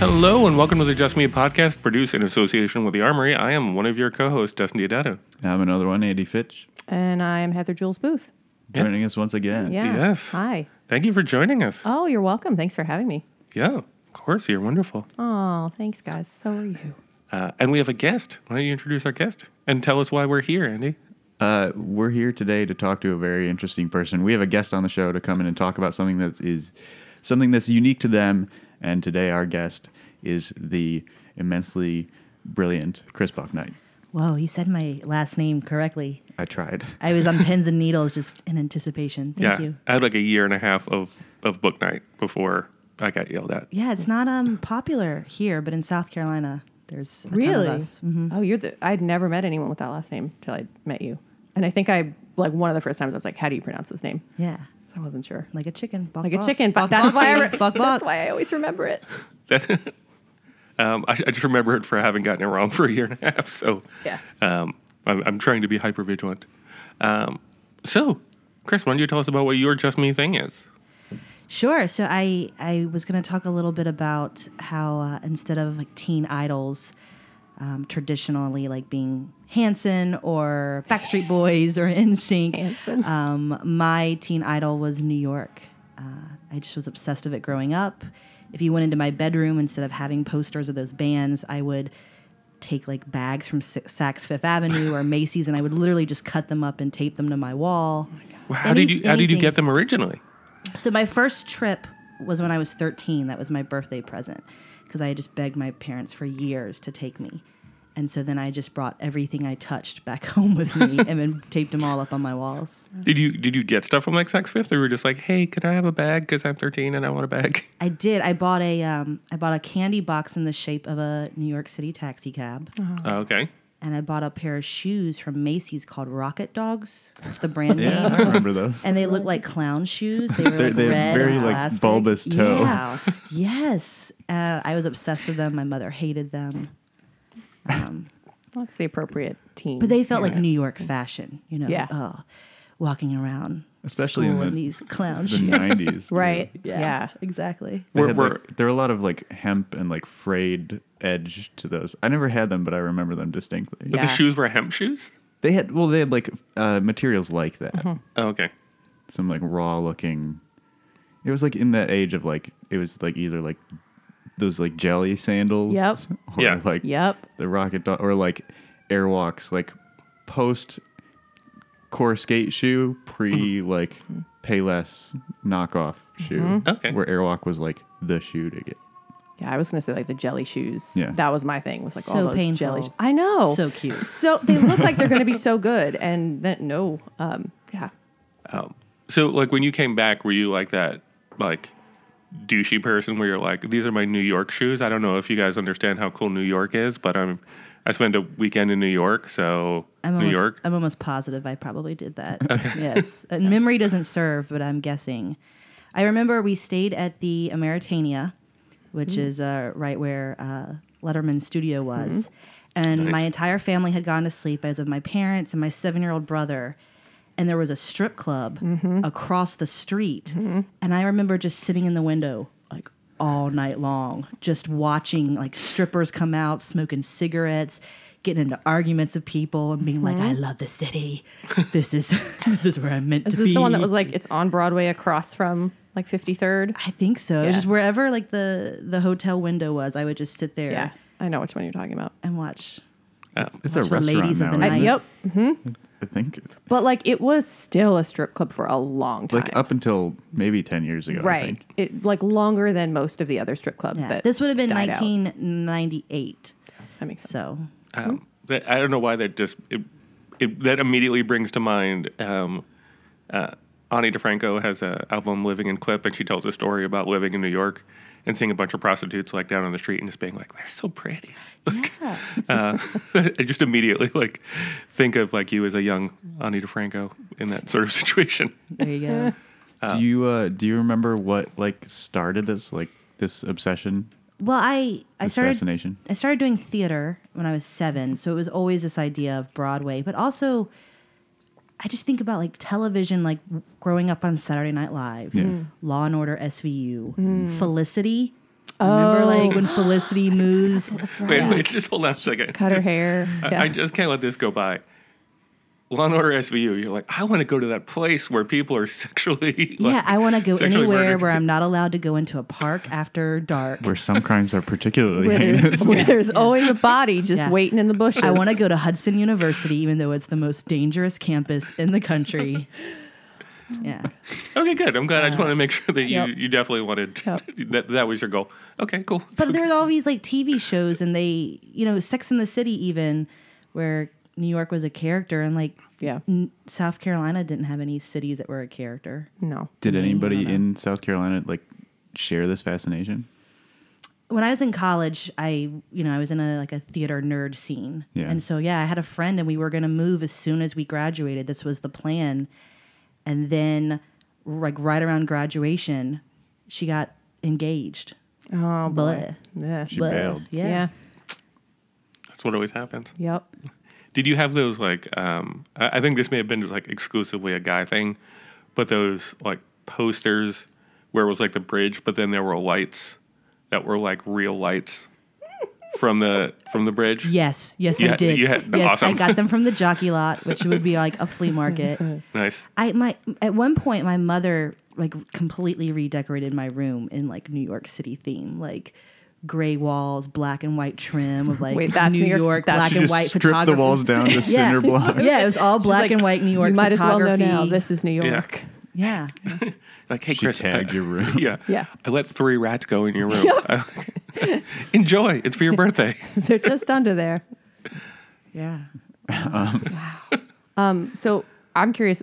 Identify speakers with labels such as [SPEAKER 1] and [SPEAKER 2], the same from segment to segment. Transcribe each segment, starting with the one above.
[SPEAKER 1] Hello and welcome to the Just Me podcast, produced in association with the Armory. I am one of your co-hosts, Dustin Diodato.
[SPEAKER 2] I'm another one, Andy Fitch,
[SPEAKER 3] And I am Heather Jules Booth.
[SPEAKER 2] joining us once again.
[SPEAKER 3] Yeah.
[SPEAKER 1] Yes.
[SPEAKER 3] Hi.
[SPEAKER 1] Thank you for joining us.
[SPEAKER 3] Oh, you're welcome. Thanks for having me.
[SPEAKER 1] Yeah, of course, you're wonderful.
[SPEAKER 3] Oh, thanks, guys. So are you.
[SPEAKER 1] Uh, and we have a guest. Why don't you introduce our guest and tell us why we're here, Andy?
[SPEAKER 2] Uh, we're here today to talk to a very interesting person. We have a guest on the show to come in and talk about something that is something that's unique to them. And today, our guest is the immensely brilliant Chris Bucknight.
[SPEAKER 4] Whoa, you said my last name correctly.
[SPEAKER 2] I tried.
[SPEAKER 4] I was on pins and needles just in anticipation. Thank
[SPEAKER 1] yeah,
[SPEAKER 4] you.
[SPEAKER 1] I had like a year and a half of of book night before I got yelled at.
[SPEAKER 4] Yeah, it's not um popular here, but in South Carolina, there's a ton of us. Mm-hmm.
[SPEAKER 3] Oh, you're the. I'd never met anyone with that last name till I met you. And I think I like one of the first times I was like, "How do you pronounce this name?"
[SPEAKER 4] Yeah,
[SPEAKER 3] I wasn't sure.
[SPEAKER 4] like a chicken. Bok,
[SPEAKER 3] Like a
[SPEAKER 4] bok.
[SPEAKER 3] chicken. But
[SPEAKER 4] Bok,
[SPEAKER 3] that's
[SPEAKER 4] bok,
[SPEAKER 3] why. I
[SPEAKER 4] baby.
[SPEAKER 3] re-
[SPEAKER 4] Bok,
[SPEAKER 3] That's
[SPEAKER 4] bok.
[SPEAKER 3] why I always remember it.
[SPEAKER 1] That, um, I, I just remember it for having gotten it wrong for a year and a half. So
[SPEAKER 3] Yeah.
[SPEAKER 1] um, I'm, I'm trying to be hyper vigilant. Um, so, Chris, why don't you tell us about what your Just Me thing is?
[SPEAKER 4] Sure. So I I was going to talk a little bit about how uh, instead of like teen idols, um, traditionally like being Hanson or Backstreet Boys or
[SPEAKER 3] Hanson.
[SPEAKER 4] NSYNC, um, my teen idol was New York. Uh, I just was obsessed with it growing up. If you went into my bedroom instead of having posters of those bands, I would take like bags from Si- Saks Fifth Avenue or Macy's, and I would literally just cut them up and tape them to my wall.
[SPEAKER 1] Well, How did
[SPEAKER 4] Any-
[SPEAKER 1] you How did you
[SPEAKER 4] anything.
[SPEAKER 1] get them originally?
[SPEAKER 4] So my first trip was when I was 13. That was my birthday present because I had just begged my parents for years to take me. And so then I just brought everything I touched back home with me and then taped them all up on my walls.
[SPEAKER 1] Did you Did you get stuff from like Saks Fifth? Or were you just like, hey, can I have a bag? Because I'm 13 and I want a bag.
[SPEAKER 4] I did. I bought a um, I bought a candy box in the shape of a New York City taxi cab,
[SPEAKER 3] Oh.
[SPEAKER 1] Uh, okay.
[SPEAKER 4] and I bought a pair of shoes from Macy's called Rocket Dogs. That's the brand name.
[SPEAKER 2] Yeah, I remember those.
[SPEAKER 4] And they looked like clown shoes. They were
[SPEAKER 2] They're-
[SPEAKER 4] like
[SPEAKER 2] they're
[SPEAKER 4] red
[SPEAKER 2] very,
[SPEAKER 4] and
[SPEAKER 2] like,
[SPEAKER 4] plastic.
[SPEAKER 2] bulbous toe.
[SPEAKER 4] Yeah.
[SPEAKER 3] Wow.
[SPEAKER 4] Yes, uh, I was obsessed with them. My mother hated them,
[SPEAKER 3] That's the appropriate team.
[SPEAKER 4] but they felt like New York fashion. You know,
[SPEAKER 3] Yeah.
[SPEAKER 4] oh, walking around,
[SPEAKER 2] Especially in
[SPEAKER 4] school
[SPEAKER 2] the-
[SPEAKER 4] these clown
[SPEAKER 2] The
[SPEAKER 4] shoes.
[SPEAKER 2] 90s. too.
[SPEAKER 3] right. Yeah.
[SPEAKER 4] exactly.
[SPEAKER 2] They
[SPEAKER 1] Were-
[SPEAKER 2] had,
[SPEAKER 1] were-
[SPEAKER 2] like- there were a lot of like hemp and like frayed edge to those. I never had them, but I remember them distinctly.
[SPEAKER 1] But
[SPEAKER 3] Yeah.
[SPEAKER 1] the shoes were hemp shoes.
[SPEAKER 2] They had well, they had like uh, materials like that.
[SPEAKER 3] Mm-hmm.
[SPEAKER 1] Oh, okay.
[SPEAKER 2] some like raw looking it was like in that age of like it was like either like those like jelly sandals
[SPEAKER 3] Yep.
[SPEAKER 2] or
[SPEAKER 1] Yeah.
[SPEAKER 2] like
[SPEAKER 3] Yep.
[SPEAKER 2] the rocket dog or like airwalks like post core skate shoe pre
[SPEAKER 1] Mm-hmm.
[SPEAKER 2] like payless knockoff shoe
[SPEAKER 4] Mm-hmm.
[SPEAKER 1] Okay.
[SPEAKER 2] where airwalk was like the shoe to get
[SPEAKER 3] Yeah, I was gonna say like the jelly shoes.
[SPEAKER 2] Yeah.
[SPEAKER 3] That was my thing. Was like all
[SPEAKER 4] So
[SPEAKER 3] those jelly.
[SPEAKER 4] painful.
[SPEAKER 3] sh- I know.
[SPEAKER 4] So cute.
[SPEAKER 3] So they look like they're gonna be so good, and then no. Um. Yeah.
[SPEAKER 1] Um, so, like, when you came back, were you like that, like, douchey person where you're like, these are my New York shoes? I don't know if you guys understand how cool New York is, but I'm, I spent a weekend in New York, so
[SPEAKER 4] I'm
[SPEAKER 1] New
[SPEAKER 4] almost,
[SPEAKER 1] York.
[SPEAKER 4] I'm almost positive I probably did that. yes, Uh, memory doesn't serve, but I'm guessing. I remember we stayed at the Ameritania,
[SPEAKER 3] Mm.
[SPEAKER 4] which is uh, right where uh, Letterman's studio
[SPEAKER 3] Mm-hmm.
[SPEAKER 4] was, and my entire family had gone to sleep, as of my parents and my seven-year-old brother. And there was a strip club
[SPEAKER 3] Mm-hmm.
[SPEAKER 4] across the street, and I remember just sitting in the window like all night long, just watching like strippers come out, smoking cigarettes, getting into arguments of people, and being like,
[SPEAKER 3] Mm-hmm.
[SPEAKER 4] "I love the city. This is this is where I'm meant
[SPEAKER 3] This
[SPEAKER 4] to be."
[SPEAKER 3] is the one that was like it's on Broadway across from like 53rd.
[SPEAKER 4] I think so. It
[SPEAKER 3] Yeah.
[SPEAKER 4] was just wherever like the the hotel window was, I would just sit there
[SPEAKER 3] Yeah, I know which one you're talking about.
[SPEAKER 4] and watch.
[SPEAKER 1] Oh.
[SPEAKER 2] it's a
[SPEAKER 4] Watch the
[SPEAKER 2] restaurant
[SPEAKER 4] ladies of
[SPEAKER 2] now isn't
[SPEAKER 4] the
[SPEAKER 3] I,
[SPEAKER 4] night.
[SPEAKER 2] it?
[SPEAKER 3] yep,
[SPEAKER 2] i think
[SPEAKER 3] but like it was still a strip club for a long time.
[SPEAKER 2] like up until maybe 10 years ago I
[SPEAKER 3] right,
[SPEAKER 2] think.
[SPEAKER 3] it like longer than most of the other strip clubs
[SPEAKER 4] Yeah.
[SPEAKER 3] that
[SPEAKER 4] This would have been
[SPEAKER 3] died out.
[SPEAKER 4] 1998.
[SPEAKER 3] That makes sense.
[SPEAKER 4] So
[SPEAKER 1] Um, that, I don't know why that just, it, it, that immediately brings to mind, um, uh, Ani DeFranco has a album, Living in Clip, and she tells a story about living in New York and seeing a bunch of prostitutes, like, down on the street and just being like, they're so pretty.
[SPEAKER 4] yeah.
[SPEAKER 1] uh, I just immediately like think of like you as a young Ani DeFranco in that sort of situation.
[SPEAKER 4] there you go.
[SPEAKER 2] do you uh do you remember what like started this like this obsession
[SPEAKER 4] Well, I I
[SPEAKER 2] This
[SPEAKER 4] started
[SPEAKER 2] fascination.
[SPEAKER 4] I started doing theater when I was seven, so it was always this idea of Broadway, but also I just think about like television, like
[SPEAKER 3] Hmm.
[SPEAKER 4] w- growing up on Saturday Night Live,
[SPEAKER 2] Yeah. Mm.
[SPEAKER 4] Law and Order SVU, Felicity. Remember, like
[SPEAKER 3] Oh.
[SPEAKER 4] when Felicity moves.
[SPEAKER 3] That's
[SPEAKER 1] Wait,
[SPEAKER 3] right.
[SPEAKER 1] wait, just hold on a second.
[SPEAKER 3] Cut her
[SPEAKER 1] Just-
[SPEAKER 3] hair.
[SPEAKER 1] I-
[SPEAKER 3] Yeah.
[SPEAKER 1] I just can't let this go by. Law and Order SVU. You're like, I want to go to that place where people are sexually.
[SPEAKER 4] Yeah,
[SPEAKER 1] like,
[SPEAKER 4] I want to go
[SPEAKER 1] sexually
[SPEAKER 4] anywhere
[SPEAKER 1] murdered.
[SPEAKER 4] where I'm not allowed to go into a park after dark.
[SPEAKER 2] where some crimes are particularly
[SPEAKER 3] where
[SPEAKER 2] heinous.
[SPEAKER 3] there's, where there's always a body just
[SPEAKER 4] Yeah.
[SPEAKER 3] waiting in the bushes.
[SPEAKER 4] I want to go to Hudson University, even though it's the most dangerous campus in the country. Yeah.
[SPEAKER 1] Okay, good. I'm glad. I just wanted to make sure that you,
[SPEAKER 3] Uh, Yep.
[SPEAKER 1] you definitely wanted
[SPEAKER 3] Yep.
[SPEAKER 1] that. That was your goal. Okay, cool.
[SPEAKER 4] But there's all these like TV shows, and they, you know, Sex in the City, even where New York was a character, and like
[SPEAKER 3] Yeah.
[SPEAKER 4] n- South Carolina didn't have any cities that were a character.
[SPEAKER 3] No.
[SPEAKER 2] Did anybody in South Carolina like share this fascination?
[SPEAKER 4] When I was in college, I, you know, I was in a like a theater nerd scene,
[SPEAKER 2] Yeah.
[SPEAKER 4] and so yeah, I had a friend, and we were going to move as soon as we graduated. This was the plan, and then like right around graduation, she got engaged.
[SPEAKER 3] Oh, boy. Yeah.
[SPEAKER 2] She bailed.
[SPEAKER 4] Yeah.
[SPEAKER 3] yeah.
[SPEAKER 1] That's what always happens.
[SPEAKER 3] Yep.
[SPEAKER 1] Did you have those like? Um, I, I think this may have been like exclusively a guy thing, but those like posters where it was like the bridge, but then there were lights that were like real lights from the from the bridge.
[SPEAKER 4] Yes, yes,
[SPEAKER 1] You
[SPEAKER 4] I
[SPEAKER 1] had-
[SPEAKER 4] did.
[SPEAKER 1] you had-
[SPEAKER 4] yes, I
[SPEAKER 1] awesome.
[SPEAKER 4] got them from the jockey lot, which would be like a flea market.
[SPEAKER 1] Nice.
[SPEAKER 4] I my at one point my mother like completely redecorated my room in like New York City theme, like gray walls, black and white trim of like
[SPEAKER 3] Wait, that's
[SPEAKER 4] New
[SPEAKER 3] New York-
[SPEAKER 4] York
[SPEAKER 3] that's-
[SPEAKER 4] black
[SPEAKER 3] She
[SPEAKER 4] and
[SPEAKER 2] just
[SPEAKER 4] white
[SPEAKER 2] stripped the
[SPEAKER 4] photography.
[SPEAKER 2] walls down to cinder blocks.
[SPEAKER 4] Yeah, it was all
[SPEAKER 3] She's
[SPEAKER 4] black
[SPEAKER 3] like,
[SPEAKER 4] and white New York
[SPEAKER 3] You might as well know now.
[SPEAKER 4] photography.
[SPEAKER 3] This is New York.
[SPEAKER 4] yeah.
[SPEAKER 1] Like, hey,
[SPEAKER 2] She
[SPEAKER 1] Chris, I-
[SPEAKER 2] tagged your room.
[SPEAKER 1] Yeah,
[SPEAKER 3] Yeah.
[SPEAKER 1] I let three rats go in your room. Enjoy. It's for your birthday.
[SPEAKER 3] They're just under there.
[SPEAKER 4] Yeah.
[SPEAKER 3] So I'm curious.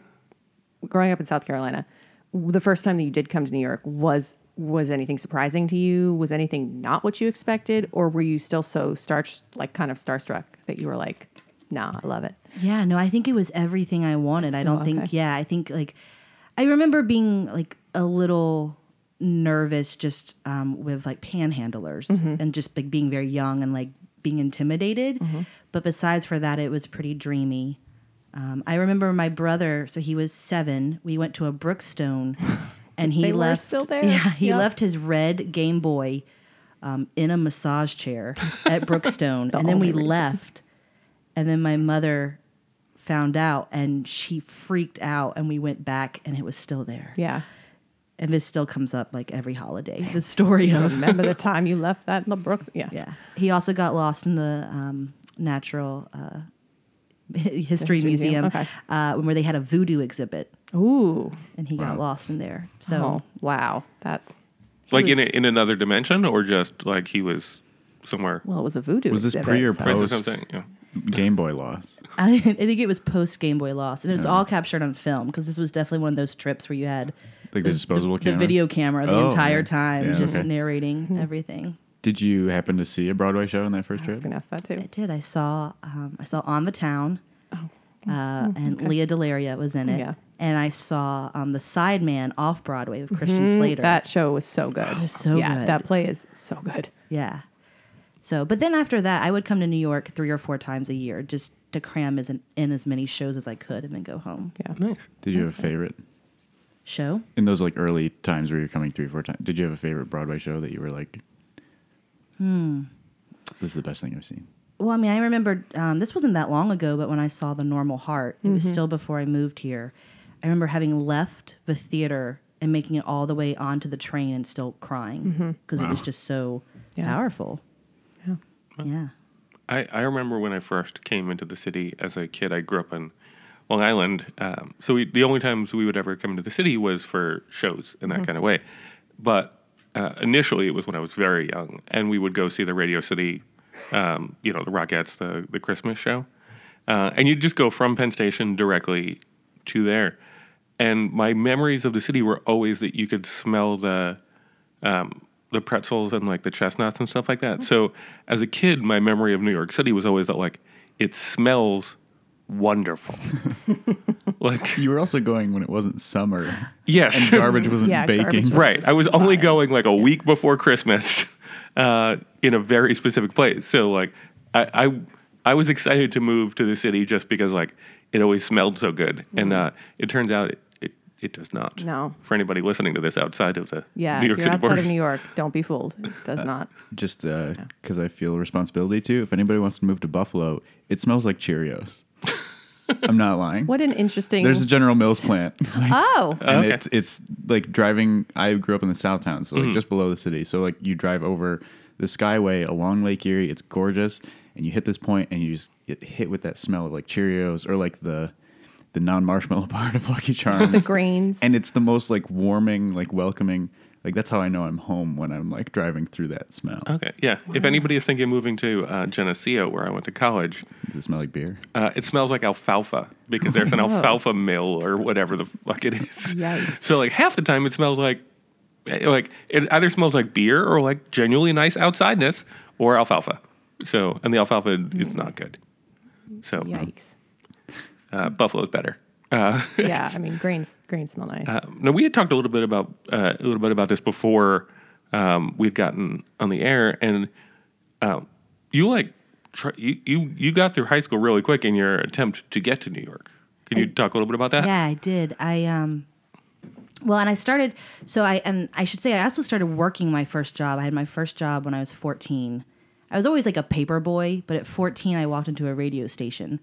[SPEAKER 3] Growing up in South Carolina, w- the first time that you did come to New York was was anything surprising to you? Was anything not what you expected, or were you still so star like kind of starstruck that you were like, "Nah, I love it."
[SPEAKER 4] Yeah, no, I think it was everything I wanted. I
[SPEAKER 3] Still
[SPEAKER 4] don't think,
[SPEAKER 3] okay.
[SPEAKER 4] yeah, I think like I remember being like a little nervous just um, with like panhandlers
[SPEAKER 3] Mm-hmm.
[SPEAKER 4] and just like being very young and like being intimidated.
[SPEAKER 3] Mm-hmm.
[SPEAKER 4] But besides for that, it was pretty dreamy. Um, I remember my brother, so he was seven. We went to a Brookstone and he
[SPEAKER 3] they were
[SPEAKER 4] left.
[SPEAKER 3] still there.
[SPEAKER 4] Yeah, he
[SPEAKER 3] Yeah.
[SPEAKER 4] left his red Game Boy um, in a massage chair at Brookstone. and then
[SPEAKER 3] only
[SPEAKER 4] we
[SPEAKER 3] reason.
[SPEAKER 4] left. And then my mother found out and she freaked out and we went back and it was still there.
[SPEAKER 3] Yeah.
[SPEAKER 4] And this still comes up like every holiday. The story of
[SPEAKER 3] Remember the time you left that in the brook? Yeah.
[SPEAKER 4] Yeah. He also got lost in the um, natural uh, history,
[SPEAKER 3] museum,
[SPEAKER 4] museum,
[SPEAKER 3] okay.
[SPEAKER 4] uh, where they had a voodoo exhibit
[SPEAKER 3] Ooh.
[SPEAKER 4] and he got lost in there. So
[SPEAKER 3] Oh, wow. That's
[SPEAKER 1] like in a, in another dimension, or just like he was somewhere.
[SPEAKER 3] well. It was a voodoo.
[SPEAKER 2] Was this
[SPEAKER 3] exhibit,
[SPEAKER 2] pre or
[SPEAKER 3] so-
[SPEAKER 1] Friends or
[SPEAKER 2] Post.
[SPEAKER 1] something. Yeah.
[SPEAKER 2] Game Boy loss.
[SPEAKER 4] I think it was post Game Boy loss, and it was all captured on film because this was definitely one of those trips where you had
[SPEAKER 2] Like the disposable
[SPEAKER 4] the
[SPEAKER 2] cameras?
[SPEAKER 4] video camera the
[SPEAKER 2] Oh,
[SPEAKER 4] entire
[SPEAKER 2] yeah.
[SPEAKER 4] time,
[SPEAKER 2] Yeah,
[SPEAKER 4] just
[SPEAKER 2] okay.
[SPEAKER 3] Mm-hmm.
[SPEAKER 4] narrating everything.
[SPEAKER 2] Did you happen to see a Broadway show on that first
[SPEAKER 3] I was
[SPEAKER 2] trip?
[SPEAKER 3] gonna ask that too.
[SPEAKER 4] I did. I saw. Um, I saw On the Town, uh, and Leah Delaria was in it.
[SPEAKER 3] Oh, mm-hmm, Yeah.
[SPEAKER 4] And I saw um, the Sideman off Broadway with Christian Slater.
[SPEAKER 3] Mm-hmm, That show was so good. It
[SPEAKER 4] was so
[SPEAKER 3] yeah,
[SPEAKER 4] good.
[SPEAKER 3] That play is so good.
[SPEAKER 4] yeah. So, but then after that, I would come to New York three or four times a year just to cram as in as many shows as I could, and then go home.
[SPEAKER 3] Yeah.
[SPEAKER 1] Nice.
[SPEAKER 2] Did you have a favorite?
[SPEAKER 4] Show.
[SPEAKER 2] In those like early times where you're coming three, four times, did you have a favorite Broadway show that you were like, hmm, this is the best thing I've seen?
[SPEAKER 4] Well, I mean, I remember um, this wasn't that long ago, but when I saw The Normal Heart, it was
[SPEAKER 3] Mm-hmm.
[SPEAKER 4] still before I moved here. I remember having left the theater and making it all the way onto the train and still crying because it was just so
[SPEAKER 3] Mm-hmm. Yeah.
[SPEAKER 4] powerful.
[SPEAKER 3] Yeah.
[SPEAKER 4] Yeah.
[SPEAKER 1] I, I remember when I first came into the city as a kid. I grew up in Long Island, um, so we, the only times we would ever come to the city was for shows in that kind of way. But uh, initially, it was when I was very young, and we would go see the Radio City, um, you know, the Rockettes, the the Christmas show, uh, and you'd just go from Penn Station directly to there. And my memories of the city were always that you could smell the um, the pretzels and like the chestnuts and stuff like
[SPEAKER 3] Mm-hmm.
[SPEAKER 1] that. So as a kid, my memory of New York City was always that like it smells wonderful. like
[SPEAKER 2] You were also going when it wasn't summer
[SPEAKER 1] yes,
[SPEAKER 2] and garbage wasn't
[SPEAKER 3] Yeah, garbage
[SPEAKER 2] baking.
[SPEAKER 3] was-
[SPEAKER 1] right. I was only going like a week before Christmas, uh, in a very specific place. So like I, I I was excited to move to the city just because like it always smelled so good, and uh, it turns out it, it It does not.
[SPEAKER 3] Mm-hmm. No.
[SPEAKER 1] For anybody listening to this outside of the
[SPEAKER 3] Yeah,
[SPEAKER 1] New
[SPEAKER 3] if
[SPEAKER 1] York
[SPEAKER 3] you're
[SPEAKER 1] City
[SPEAKER 3] outside
[SPEAKER 1] borders.
[SPEAKER 3] of New York, don't be fooled. It does not.
[SPEAKER 2] Just because I feel responsibility to. If anybody wants to move to Buffalo, it smells like Cheerios. I'm not lying.
[SPEAKER 3] What an interesting.
[SPEAKER 2] There's a General Mills plant.
[SPEAKER 3] oh,
[SPEAKER 2] and
[SPEAKER 1] Okay.
[SPEAKER 2] it's it's like driving. I grew up in the South Town, so like
[SPEAKER 3] Mm-hmm.
[SPEAKER 2] just below the city. So like you drive over the Skyway along Lake Erie. It's gorgeous, and you hit this point, and you just get hit with that smell of like Cheerios or like the the non marshmallow part of Lucky Charms,
[SPEAKER 3] the grains.
[SPEAKER 2] and it's the most like warming, like welcoming. Like that's how I know I'm home when I'm like driving through that smell.
[SPEAKER 1] Okay, yeah. If anybody is thinking of moving to uh, Geneseo, where I went to college,
[SPEAKER 2] Does it smell like beer?
[SPEAKER 1] uh, it smells like alfalfa because there's an alfalfa mill or whatever the fuck it is.
[SPEAKER 3] Oh. Yikes.
[SPEAKER 1] So like half the time it smells like, eh, like it either smells like beer or like genuinely nice outsideness or alfalfa. So and the alfalfa is not good. So
[SPEAKER 3] Yikes.
[SPEAKER 1] uh, Buffalo's better. Uh,
[SPEAKER 3] Yeah, I mean grains. Grains smell nice.
[SPEAKER 1] Um, now we had talked a little bit about uh, a little bit about this before um, we'd gotten on the air, and um, you like tr- you, you you got through high school really quick in your attempt to get to New York. Can you talk a little bit about that?
[SPEAKER 4] Yeah, I did. I um well, and I started so I and I should say I also started working my first job. I had my first job when I was 14. I was always like a paper boy, but at 14 I walked into a radio station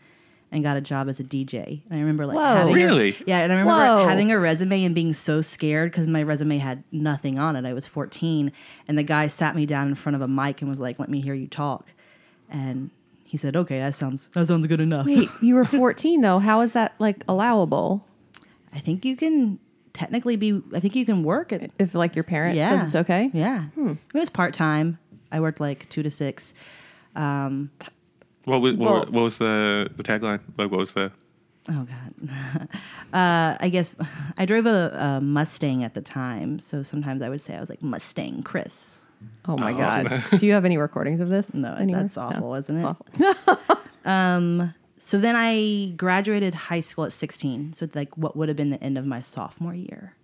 [SPEAKER 4] and got a job as a DJ. And I remember like
[SPEAKER 3] Whoa.
[SPEAKER 4] having a-
[SPEAKER 1] Really?
[SPEAKER 4] yeah, and I remember
[SPEAKER 3] Whoa.
[SPEAKER 4] having a resume and being so scared because my resume had nothing on it. I was 14, and the guy sat me down in front of a mic and was like, "Let me hear you talk," and he said, "Okay, that sounds that sounds good enough."
[SPEAKER 3] Wait, you were 14 though. How is that like allowable?
[SPEAKER 4] I think you can technically be. I think you can work at.
[SPEAKER 3] If like your parent
[SPEAKER 4] Yeah,
[SPEAKER 3] says it's okay. Hmm.
[SPEAKER 4] Yeah, it was part time. I worked like two to six. Um,
[SPEAKER 1] What was what,
[SPEAKER 3] Well-
[SPEAKER 1] what was the the tagline? Like what was the
[SPEAKER 4] oh god. uh, I guess I drove a, a Mustang at the time, so sometimes I would say I was like Mustang Chris.
[SPEAKER 3] Oh my
[SPEAKER 1] Oh.
[SPEAKER 3] god. Do you have any recordings of this?
[SPEAKER 4] No,
[SPEAKER 3] anywhere?
[SPEAKER 4] that's awful,
[SPEAKER 3] No.
[SPEAKER 4] isn't it?
[SPEAKER 3] It's awful.
[SPEAKER 4] So then I graduated high school at sixteen. So it's like what would have been the end of my sophomore year.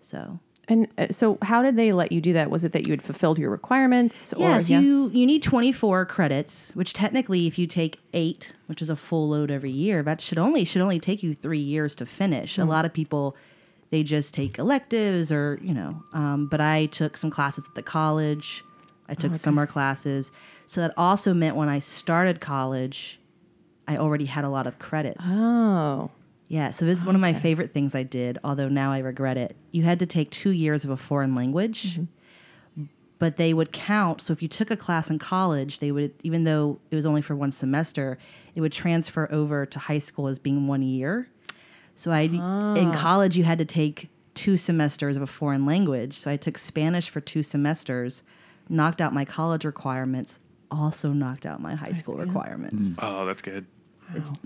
[SPEAKER 4] So
[SPEAKER 3] And uh, so, how did they let you do that? Was it that you had fulfilled your requirements? Or,
[SPEAKER 4] Yes,
[SPEAKER 3] yeah?
[SPEAKER 4] you you need 24 credits, which technically if you take 8, which is a full load every year, that should only should only take you 3 years to finish.
[SPEAKER 3] Mm.
[SPEAKER 4] A lot of people they just take electives or, you know, um, but I took some classes at the college. I
[SPEAKER 3] Oh,
[SPEAKER 4] took summer classes. So that also meant when I started college, I already had a lot of credits.
[SPEAKER 3] Oh,
[SPEAKER 4] Yeah, so this is one of my favorite things I did, although now I regret it. You had to take two years of a foreign language, but they would count. So if you took a class in college, they would, even though it was only for one semester, it would transfer over to high school as being one year. So I, in college, you had to take two semesters of a foreign language. So I took Spanish for two semesters, knocked out my college requirements, also knocked out my high school requirements.
[SPEAKER 1] oh that's good.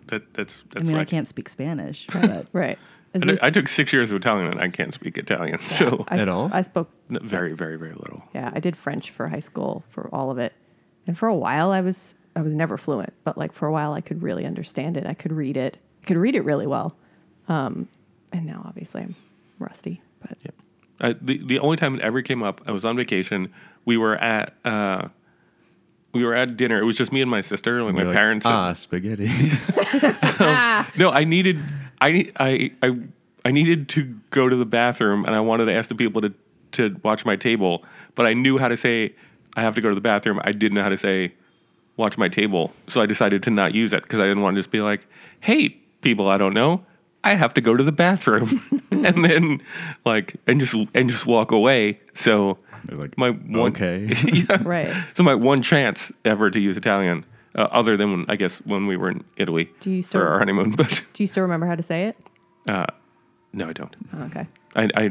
[SPEAKER 1] That that's that's
[SPEAKER 4] I mean, I
[SPEAKER 1] like-
[SPEAKER 4] can't speak Spanish, but
[SPEAKER 3] right. Is
[SPEAKER 1] I,
[SPEAKER 3] this-
[SPEAKER 1] took- I took six years of Italian and I can't speak Italian, so
[SPEAKER 3] I s-
[SPEAKER 2] At all?
[SPEAKER 3] I spoke.
[SPEAKER 1] n- very very very little.
[SPEAKER 3] Yeah, I did French for high school for all of it, and for a while I was I was never fluent, but like for a while I could really understand it. I could read it. I could read it really well. Um, and now obviously I'm rusty, but
[SPEAKER 1] I, the the only time it ever came up, I was on vacation. We were at uh, we were at dinner. It was just me and my sister, like my
[SPEAKER 2] You're like,
[SPEAKER 1] parents.
[SPEAKER 2] ah spaghetti.
[SPEAKER 1] No, I needed I I I I needed to go to the bathroom, and I wanted to ask the people to to watch my table, but I knew how to say I have to go to the bathroom. I didn't know how to say watch my table, so I decided to not use it because I didn't want to just be like, hey people, I don't know. I have to go to the bathroom, and then like and just and just walk away. So
[SPEAKER 2] They're like,
[SPEAKER 1] my one
[SPEAKER 2] okay.
[SPEAKER 1] yeah.
[SPEAKER 3] right.
[SPEAKER 1] So my one chance ever to use Italian, uh, other than when, I guess when we were in Italy
[SPEAKER 3] Do you still-
[SPEAKER 1] for our honeymoon, but
[SPEAKER 3] Do you still remember how to say it?
[SPEAKER 1] no, I don't.
[SPEAKER 3] Oh, okay.
[SPEAKER 1] I, I,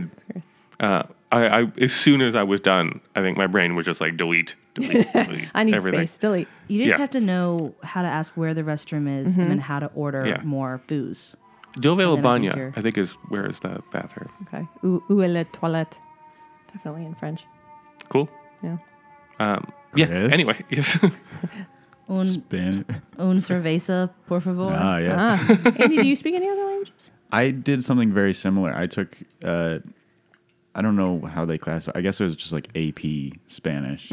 [SPEAKER 1] uh, I, I, as soon as I was done, I think my brain was just like delete, delete, delete
[SPEAKER 3] I need
[SPEAKER 1] everything.
[SPEAKER 3] space. Delete.
[SPEAKER 4] You just
[SPEAKER 1] Yeah. Mm-hmm.
[SPEAKER 4] have to know how to ask where the restroom is and then how to order
[SPEAKER 1] Yeah.
[SPEAKER 4] more booze.
[SPEAKER 1] Dovella
[SPEAKER 4] And then I think
[SPEAKER 1] Bagna,
[SPEAKER 4] you're-
[SPEAKER 1] I think is where is the bathroom.
[SPEAKER 3] Okay. Ou, ou est la toilette? Definitely in French.
[SPEAKER 1] Cool.
[SPEAKER 3] Yeah.
[SPEAKER 1] Um, yeah.
[SPEAKER 2] Chris?
[SPEAKER 1] Anyway, yes.
[SPEAKER 4] Un,
[SPEAKER 2] Spanish.
[SPEAKER 4] un cerveza, por favor.
[SPEAKER 2] Ah yes.
[SPEAKER 3] Ah. Andy, do you speak any other languages?
[SPEAKER 2] I did something very similar. I took, uh, I don't know how they classify. I guess it was just like AP Spanish.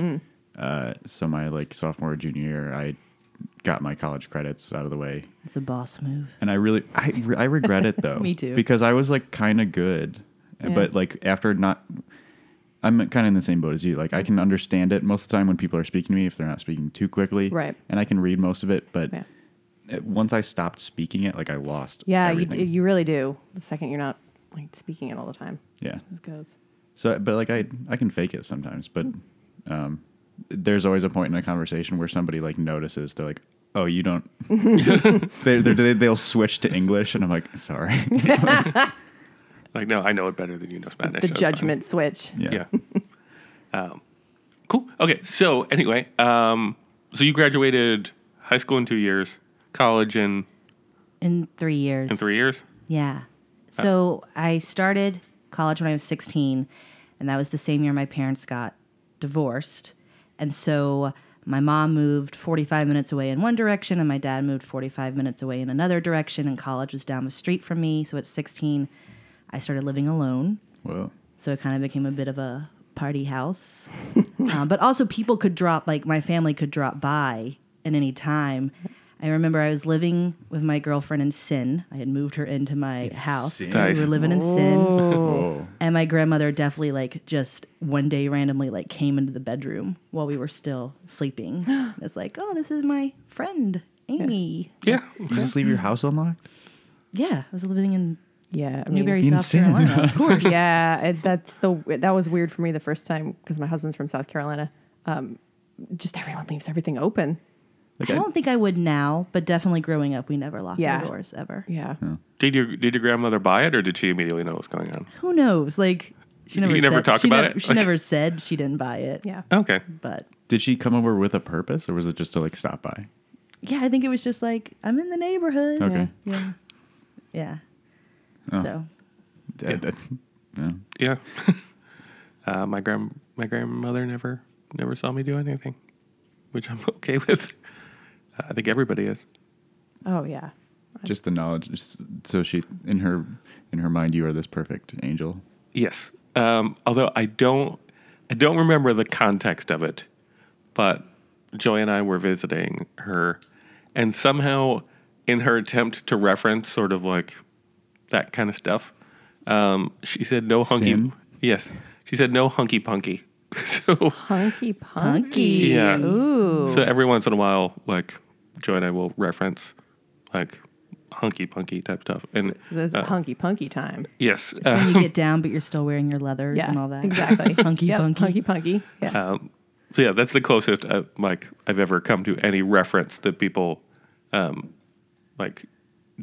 [SPEAKER 2] Uh, so my like sophomore junior year, I got my college credits out of the way.
[SPEAKER 4] It's a boss move.
[SPEAKER 2] And I really, I, re- I regret it though.
[SPEAKER 4] Me too.
[SPEAKER 2] Because I was like kind of good,
[SPEAKER 3] Yeah.
[SPEAKER 2] but like after not, I'm kind of in the same boat as you. Like I can understand it most of the time when people are speaking to me if they're not speaking too quickly,
[SPEAKER 3] Right.
[SPEAKER 2] And I can read most of it, but
[SPEAKER 3] Yeah.
[SPEAKER 2] it- once I stopped speaking it, like I lost.
[SPEAKER 3] Yeah, you,
[SPEAKER 2] everything.
[SPEAKER 3] d- you really do. The second you're not like speaking it all the time,
[SPEAKER 2] yeah.
[SPEAKER 3] it goes.
[SPEAKER 2] So, but like I, I can fake it sometimes, but
[SPEAKER 3] Hmm.
[SPEAKER 2] um, there's always a point in a conversation where somebody like notices. They're like, "Oh, you don't." they, they're, they they'll switch to English, and I'm like, "Sorry."
[SPEAKER 1] Like, no, I know it better than you know Spanish.
[SPEAKER 3] The
[SPEAKER 1] that's fine.
[SPEAKER 3] judgment switch.
[SPEAKER 1] Yeah. um, cool. Okay. So anyway, um, so you graduated high school in two years, college in,
[SPEAKER 4] In three years.
[SPEAKER 1] in three Uh. years.
[SPEAKER 4] Yeah. So I started college when I was 16, and that was the same year my parents got divorced. And so my mom moved 45 minutes away in one direction, and my dad moved 45 minutes away in another direction, and college was down the street from me. So at 16, I started living alone.
[SPEAKER 2] Well,
[SPEAKER 4] So it kind of became a bit of a party house. um, but also, people could drop, like, my family could drop by at any time. I remember I was living with my girlfriend in Sin. I had moved her into my house.
[SPEAKER 2] Sin.
[SPEAKER 1] Nice.
[SPEAKER 4] We were living in Sin.
[SPEAKER 2] oh,
[SPEAKER 4] And my grandmother definitely, like, just one day randomly, like, came into the bedroom while we were still sleeping. it's like, oh, this is my friend, Amy.
[SPEAKER 1] Yeah.
[SPEAKER 2] you just leave your house unlocked?
[SPEAKER 4] Yeah, I was living in
[SPEAKER 3] Yeah, I mean,
[SPEAKER 4] Newberry,
[SPEAKER 2] In
[SPEAKER 4] South
[SPEAKER 2] Sin.
[SPEAKER 4] Carolina. Of course.
[SPEAKER 3] yeah, it, that's the that was weird for me the first time because my husband's from South Carolina. Um, just everyone leaves everything open.
[SPEAKER 2] Like
[SPEAKER 4] I don't think I would now, but definitely growing up, we never locked
[SPEAKER 3] Yeah.
[SPEAKER 4] our doors ever.
[SPEAKER 3] Yeah,
[SPEAKER 1] Did your did your grandmother buy it, or did she immediately know what's going on?
[SPEAKER 4] who knows? Like she
[SPEAKER 1] You
[SPEAKER 4] never
[SPEAKER 1] never
[SPEAKER 4] said,
[SPEAKER 1] talk
[SPEAKER 4] she
[SPEAKER 1] about
[SPEAKER 4] never,
[SPEAKER 1] it?
[SPEAKER 4] She
[SPEAKER 1] Like-
[SPEAKER 4] never said she didn't buy it.
[SPEAKER 3] yeah.
[SPEAKER 1] Okay.
[SPEAKER 4] But
[SPEAKER 2] Did she come over with a purpose, or was it just to like stop by?
[SPEAKER 4] yeah, I think it was just like I'm in the neighborhood.
[SPEAKER 2] Okay.
[SPEAKER 4] Yeah. Yeah.
[SPEAKER 1] Oh.
[SPEAKER 4] So
[SPEAKER 2] That- that- yeah.
[SPEAKER 1] Yeah. uh, my grand my grandmother never never saw me do anything, which I'm okay with. I think everybody is.
[SPEAKER 3] Oh yeah.
[SPEAKER 2] Just the knowledge. just- So she, in her, in her mind, you are this perfect angel.
[SPEAKER 1] Yes. Um, although I don't, I don't remember the context of it, but Joy and I were visiting her, and somehow, in her attempt to reference sort of like that kind of stuff, um, she said no hunky.
[SPEAKER 2] Sin?
[SPEAKER 1] Yes, she said no hunky punky. so,
[SPEAKER 3] Punky punky.
[SPEAKER 4] hunky.
[SPEAKER 1] Yeah.
[SPEAKER 3] Ooh.
[SPEAKER 1] so every once in a while, like Joy and I will reference like hunky punky type stuff, and
[SPEAKER 3] This is
[SPEAKER 1] uh,
[SPEAKER 3] hunky punky time.
[SPEAKER 1] yes, uh,
[SPEAKER 4] When you get down, but you're still wearing your leathers
[SPEAKER 3] Yeah,
[SPEAKER 4] and all that.
[SPEAKER 3] exactly.
[SPEAKER 4] Hunky
[SPEAKER 3] Yep,
[SPEAKER 4] punky.
[SPEAKER 3] Hunky punky. Yeah.
[SPEAKER 1] Um, so yeah, that's the closest uh, like I've ever come to any reference that people um, like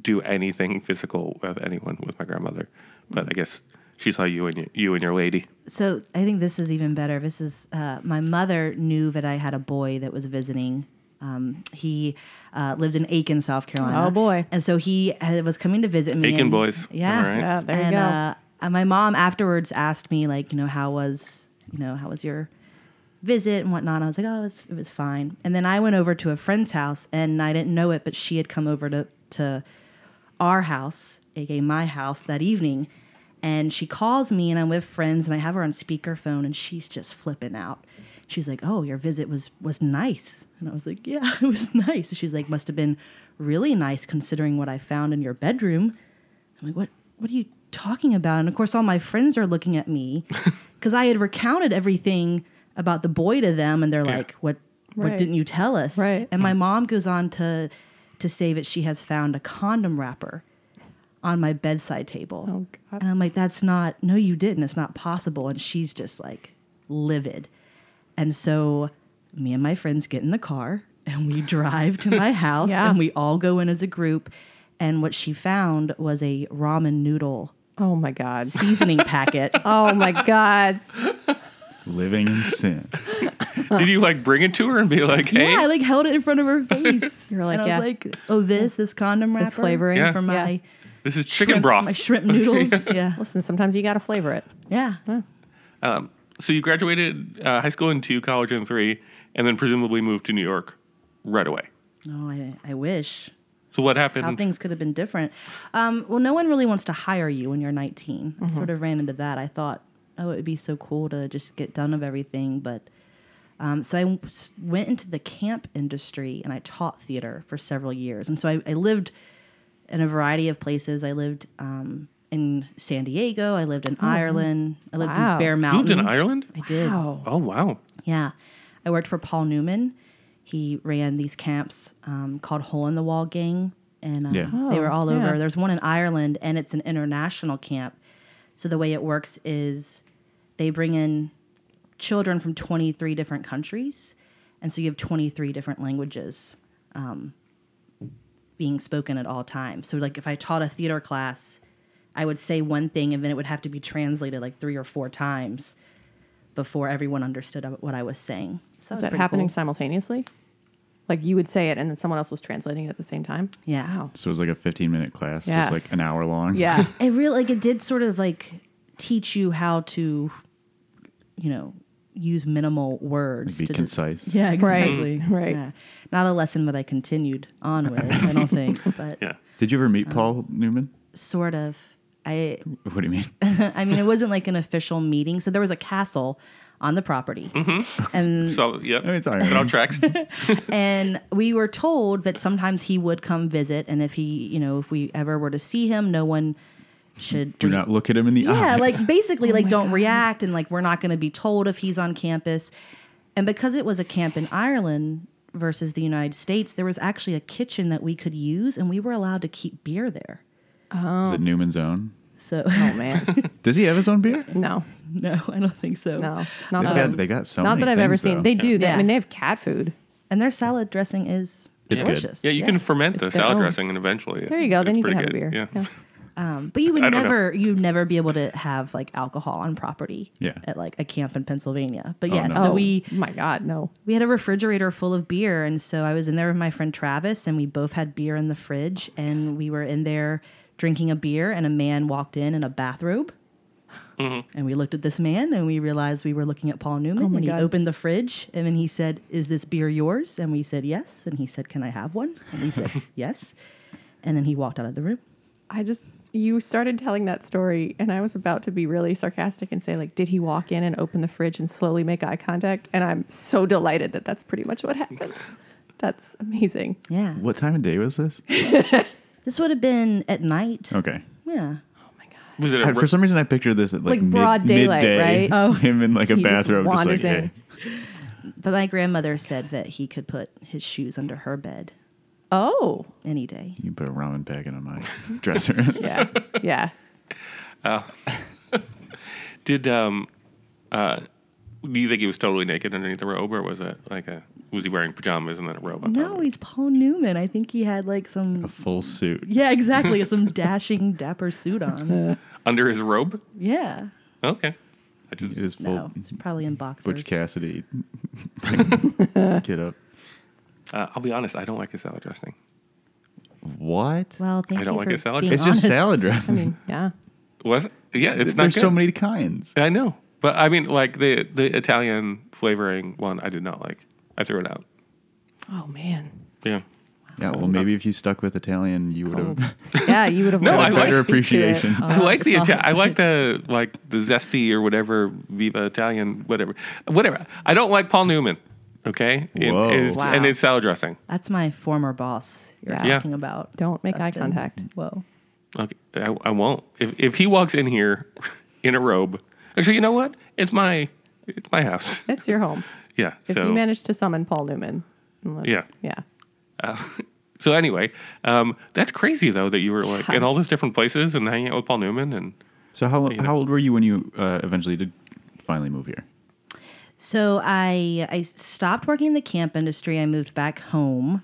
[SPEAKER 1] do anything physical with anyone with my grandmother. But I guess she saw you and y- you and your lady.
[SPEAKER 4] So I think this is even better. This is uh, my mother knew that I had a boy that was visiting. Um, he uh, lived in Aiken, South Carolina.
[SPEAKER 3] Oh, boy.
[SPEAKER 4] And so he had, was coming to visit me.
[SPEAKER 1] Aiken
[SPEAKER 4] and-
[SPEAKER 1] boys.
[SPEAKER 4] Yeah.
[SPEAKER 1] Am I right?
[SPEAKER 3] Yeah, there you
[SPEAKER 4] and,
[SPEAKER 3] go.
[SPEAKER 4] Uh, and my mom afterwards asked me like, you know, how was you know how was your visit and whatnot. I was like, oh, it was, it was fine. And then I went over to a friend's house, and I didn't know it, but she had come over to to our house, aka my house, that evening. And she calls me, and I'm with friends, and I have her on speakerphone, and she's just flipping out. She's like, "Oh, your visit was was nice," and I was like, "Yeah, it was nice." She's like, "Must have been really nice considering what I found in your bedroom." I'm like, what what are you talking about? And of course all my friends are looking at me because I had recounted everything about the boy to them and they're
[SPEAKER 1] Yeah.
[SPEAKER 4] like, What
[SPEAKER 3] Right.
[SPEAKER 4] what didn't you tell us?
[SPEAKER 3] Right.
[SPEAKER 4] And my mom goes on to to say that she has found a condom wrapper on my bedside table.
[SPEAKER 3] Oh, God.
[SPEAKER 4] And I'm like, that's not no, you didn't. It's not possible. And she's just like livid. And so me and my friends get in the car and we drive to my house
[SPEAKER 3] Yeah.
[SPEAKER 4] and we all go in as a group. And what she found was a ramen noodle
[SPEAKER 3] oh my god.
[SPEAKER 4] seasoning packet.
[SPEAKER 3] Oh my god.
[SPEAKER 2] Living in sin.
[SPEAKER 1] Did you like bring it to her and be like, hey?
[SPEAKER 4] Oh. Yeah, I like held it in front of her face.
[SPEAKER 3] You're like,
[SPEAKER 4] and I
[SPEAKER 3] yeah.
[SPEAKER 4] was like, oh, this, this condom wrapper.
[SPEAKER 3] flavoring.
[SPEAKER 1] Yeah.
[SPEAKER 4] for
[SPEAKER 3] Yeah.
[SPEAKER 4] my
[SPEAKER 1] This is chicken
[SPEAKER 4] shrimp-
[SPEAKER 1] broth.
[SPEAKER 4] My shrimp noodles. yeah.
[SPEAKER 3] Listen, sometimes you gotta flavor it.
[SPEAKER 4] Yeah.
[SPEAKER 1] so you graduated uh, high school in two, college in three, and then presumably moved to New York right away.
[SPEAKER 4] No, Oh, I, I wish.
[SPEAKER 1] So what
[SPEAKER 4] how
[SPEAKER 1] happened?
[SPEAKER 4] things could have been different. Um, well, no one really wants to hire you when you're 19.
[SPEAKER 1] Mm-hmm.
[SPEAKER 4] I sort of ran into that. I thought, oh, it would be so cool to just get done of everything, but Um, so I w- s- went into the camp industry and I taught theater for several years. And so I, I lived in a variety of places. I lived um, in San Diego. I lived in Ireland. I lived
[SPEAKER 3] Wow.
[SPEAKER 4] in Bear
[SPEAKER 1] Oh, You
[SPEAKER 4] Mountain.
[SPEAKER 1] lived in Ireland?
[SPEAKER 4] I did.
[SPEAKER 3] Wow.
[SPEAKER 1] Oh, wow.
[SPEAKER 4] Yeah. I worked for Paul Newman. He ran these camps um, called Hole in the Wall Gang, and uh,
[SPEAKER 2] Yeah.
[SPEAKER 4] they were
[SPEAKER 3] Oh,
[SPEAKER 4] all
[SPEAKER 3] yeah.
[SPEAKER 4] over. There's one in Ireland, and it's an international camp. So the way it works is they bring in children from 23 different countries, and so you have 23 different languages being spoken at all times. So like if I taught a theater class, I would say one thing and then it would have to be translated like three or four times before everyone understood what I was saying. So
[SPEAKER 3] Is
[SPEAKER 4] it's
[SPEAKER 3] that
[SPEAKER 4] pretty
[SPEAKER 3] happening
[SPEAKER 4] cool.
[SPEAKER 3] simultaneously? Like you would say it, and then someone else was translating it at the same time.
[SPEAKER 4] Yeah.
[SPEAKER 3] Wow.
[SPEAKER 2] So it was like a 15 minute class,
[SPEAKER 3] Yeah.
[SPEAKER 2] just like an hour long.
[SPEAKER 3] Yeah.
[SPEAKER 4] It really like it did sort of like teach you how to you know, use minimal words
[SPEAKER 2] Be
[SPEAKER 4] to just-
[SPEAKER 2] concise.
[SPEAKER 4] Yeah,
[SPEAKER 3] Right, Mm,
[SPEAKER 4] exactly.
[SPEAKER 3] right.
[SPEAKER 4] Yeah. Not a lesson that I continued on with, I don't think, but
[SPEAKER 1] Yeah.
[SPEAKER 2] Did you ever meet Paul Newman?
[SPEAKER 4] sort of I
[SPEAKER 2] What do you mean?
[SPEAKER 4] I mean, it wasn't like an official meeting. So there was a castle on the property,
[SPEAKER 2] Mm-hmm.
[SPEAKER 4] and
[SPEAKER 1] So, yeah.
[SPEAKER 2] Oh, it's
[SPEAKER 1] It all
[SPEAKER 2] Ireland.
[SPEAKER 1] tracks.
[SPEAKER 4] and we were told that sometimes he would come visit, and if he, you know, if we ever were to see him, no one should
[SPEAKER 2] Do not look at him in the
[SPEAKER 4] yeah,
[SPEAKER 2] eye.
[SPEAKER 4] like basically, like
[SPEAKER 3] Oh my
[SPEAKER 4] don't
[SPEAKER 3] God.
[SPEAKER 4] react, and like we're not going to be told if he's on campus. And because it was a camp in Ireland versus the United States, there was actually a kitchen that we could use, and we were allowed to keep beer there.
[SPEAKER 2] Is it Newman's own?
[SPEAKER 4] So
[SPEAKER 3] Oh man.
[SPEAKER 2] Does he have his own beer?
[SPEAKER 3] No.
[SPEAKER 4] no, I don't think so.
[SPEAKER 3] No.
[SPEAKER 2] They've
[SPEAKER 3] Not that.
[SPEAKER 2] got,
[SPEAKER 3] I've,
[SPEAKER 2] they got so
[SPEAKER 3] Uh, not
[SPEAKER 2] many
[SPEAKER 3] that I've ever
[SPEAKER 2] things,
[SPEAKER 3] seen.
[SPEAKER 2] though.
[SPEAKER 3] They do. That. I
[SPEAKER 4] Yeah.
[SPEAKER 3] mean, they have cat food.
[SPEAKER 4] and their salad dressing is
[SPEAKER 2] It's good.
[SPEAKER 4] delicious.
[SPEAKER 1] Yeah, you can
[SPEAKER 4] Yes,
[SPEAKER 1] ferment
[SPEAKER 4] it's
[SPEAKER 1] the
[SPEAKER 4] their
[SPEAKER 1] salad
[SPEAKER 4] own.
[SPEAKER 1] dressing and eventually.
[SPEAKER 3] There you go. Then
[SPEAKER 1] it's
[SPEAKER 3] you can
[SPEAKER 1] pretty
[SPEAKER 3] have a beer.
[SPEAKER 1] good. Yeah.
[SPEAKER 4] Um, but you would
[SPEAKER 1] I don't know.
[SPEAKER 4] never, you'd never be able to have like alcohol on property.
[SPEAKER 2] Yeah.
[SPEAKER 4] At like a camp in Pennsylvania. But yeah,
[SPEAKER 2] no.
[SPEAKER 4] so
[SPEAKER 3] oh
[SPEAKER 4] we
[SPEAKER 3] my God, no.
[SPEAKER 4] we had a refrigerator full of beer, and so I was in there with my friend Travis, and we both had beer in the fridge, and we were in there drinking a beer, and a man walked in in a bathrobe. And we looked at this man and we realized we were looking at Paul Newman.
[SPEAKER 3] Mm-hmm. Oh my
[SPEAKER 4] and he
[SPEAKER 3] God.
[SPEAKER 4] opened the fridge and then he said, Is this beer yours? And we said, Yes. And he said, Can I have one? And we said, Yes. And then he walked out of the room.
[SPEAKER 3] I just you started telling that story, and I was about to be really sarcastic and say like, did he walk in and open the fridge and slowly make eye contact? And I'm so delighted that that's pretty much what happened. That's amazing.
[SPEAKER 4] Yeah.
[SPEAKER 2] What time of day was this?
[SPEAKER 4] This would have been at night.
[SPEAKER 2] Okay.
[SPEAKER 4] Yeah.
[SPEAKER 1] Was it
[SPEAKER 2] I-
[SPEAKER 1] a
[SPEAKER 2] for some reason, I pictured this at like,
[SPEAKER 3] Like broad
[SPEAKER 2] mid-
[SPEAKER 3] daylight,
[SPEAKER 2] midday,
[SPEAKER 3] right? Oh.
[SPEAKER 2] him in like a
[SPEAKER 3] He just
[SPEAKER 2] bathrobe, just,
[SPEAKER 3] wanders
[SPEAKER 2] like
[SPEAKER 3] in.
[SPEAKER 2] hey.
[SPEAKER 4] But my grandmother said that he could put his shoes under her bed
[SPEAKER 3] Oh
[SPEAKER 4] any day.
[SPEAKER 2] You can put a ramen packet on my dresser.
[SPEAKER 3] yeah, yeah.
[SPEAKER 1] Did um, uh, do you think he was totally naked underneath the robe, or was it like a was he wearing pajamas and then a robe? on top
[SPEAKER 4] No,
[SPEAKER 1] of it?
[SPEAKER 4] he's Paul Newman. I think he had like
[SPEAKER 2] a
[SPEAKER 4] some.
[SPEAKER 2] full suit.
[SPEAKER 4] Yeah, exactly. some dashing, dapper suit on.
[SPEAKER 1] under his robe.
[SPEAKER 4] Yeah.
[SPEAKER 1] Okay, I just
[SPEAKER 2] It is full.
[SPEAKER 4] No, it's probably in boxers.
[SPEAKER 2] Butch Cassidy. Get up.
[SPEAKER 1] uh, I'll be honest, I don't like his salad dressing.
[SPEAKER 2] What?
[SPEAKER 4] Well, thank
[SPEAKER 1] I don't
[SPEAKER 4] you
[SPEAKER 1] like
[SPEAKER 4] for
[SPEAKER 1] his salad
[SPEAKER 4] being
[SPEAKER 2] it's just
[SPEAKER 4] honest.
[SPEAKER 2] salad dressing.
[SPEAKER 3] I mean, yeah.
[SPEAKER 1] Was it? yeah, it's not
[SPEAKER 2] There's
[SPEAKER 1] good.
[SPEAKER 2] so many kinds.
[SPEAKER 1] I know, but I mean, like the the Italian flavoring one, I did not like. I threw it out.
[SPEAKER 3] Oh man.
[SPEAKER 1] Yeah.
[SPEAKER 2] Yeah, well, maybe if you stuck with Italian, you would
[SPEAKER 3] Oh.
[SPEAKER 2] have
[SPEAKER 3] Yeah, you would have
[SPEAKER 1] No,
[SPEAKER 3] wanted
[SPEAKER 1] I
[SPEAKER 3] to
[SPEAKER 1] like-
[SPEAKER 2] better
[SPEAKER 3] speak to Oh, it. Um,
[SPEAKER 2] appreciation.
[SPEAKER 1] I
[SPEAKER 3] Uh,
[SPEAKER 1] like the Ita- I like the like the zesty or whatever Viva Italian whatever whatever. I don't like Paul Newman. Okay, In-
[SPEAKER 2] Whoa.
[SPEAKER 1] his-
[SPEAKER 3] Wow.
[SPEAKER 1] and it's salad dressing.
[SPEAKER 4] That's my former boss you're
[SPEAKER 3] Yeah.
[SPEAKER 4] talking about.
[SPEAKER 3] Don't make eye
[SPEAKER 4] Dustin.
[SPEAKER 3] contact.
[SPEAKER 4] Whoa.
[SPEAKER 1] Okay, I, I won't. If if he walks in here in a robe, actually, you know what? It's my it's my house.
[SPEAKER 3] It's your home.
[SPEAKER 1] Yeah.
[SPEAKER 3] If
[SPEAKER 1] so
[SPEAKER 3] you manage to summon Paul Newman, let's-
[SPEAKER 1] Yeah.
[SPEAKER 3] yeah.
[SPEAKER 1] so anyway, um, that's crazy though that you were like in all those different places and hanging out with Paul Newman and
[SPEAKER 2] So how how old were you when you uh, eventually did finally move here?
[SPEAKER 4] So I I stopped working in the camp industry. I moved back home,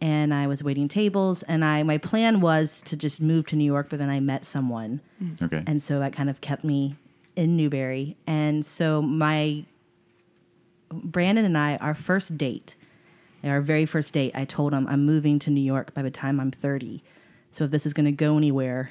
[SPEAKER 4] and I was waiting tables. And I my plan was to just move to New York, but then I met someone,
[SPEAKER 2] Okay.
[SPEAKER 4] and so that kind of kept me in Newberry. And so my Brandon and I, our first date, our very first date, I told him I'm moving to New York by the time I'm 30. So if this is going to go anywhere,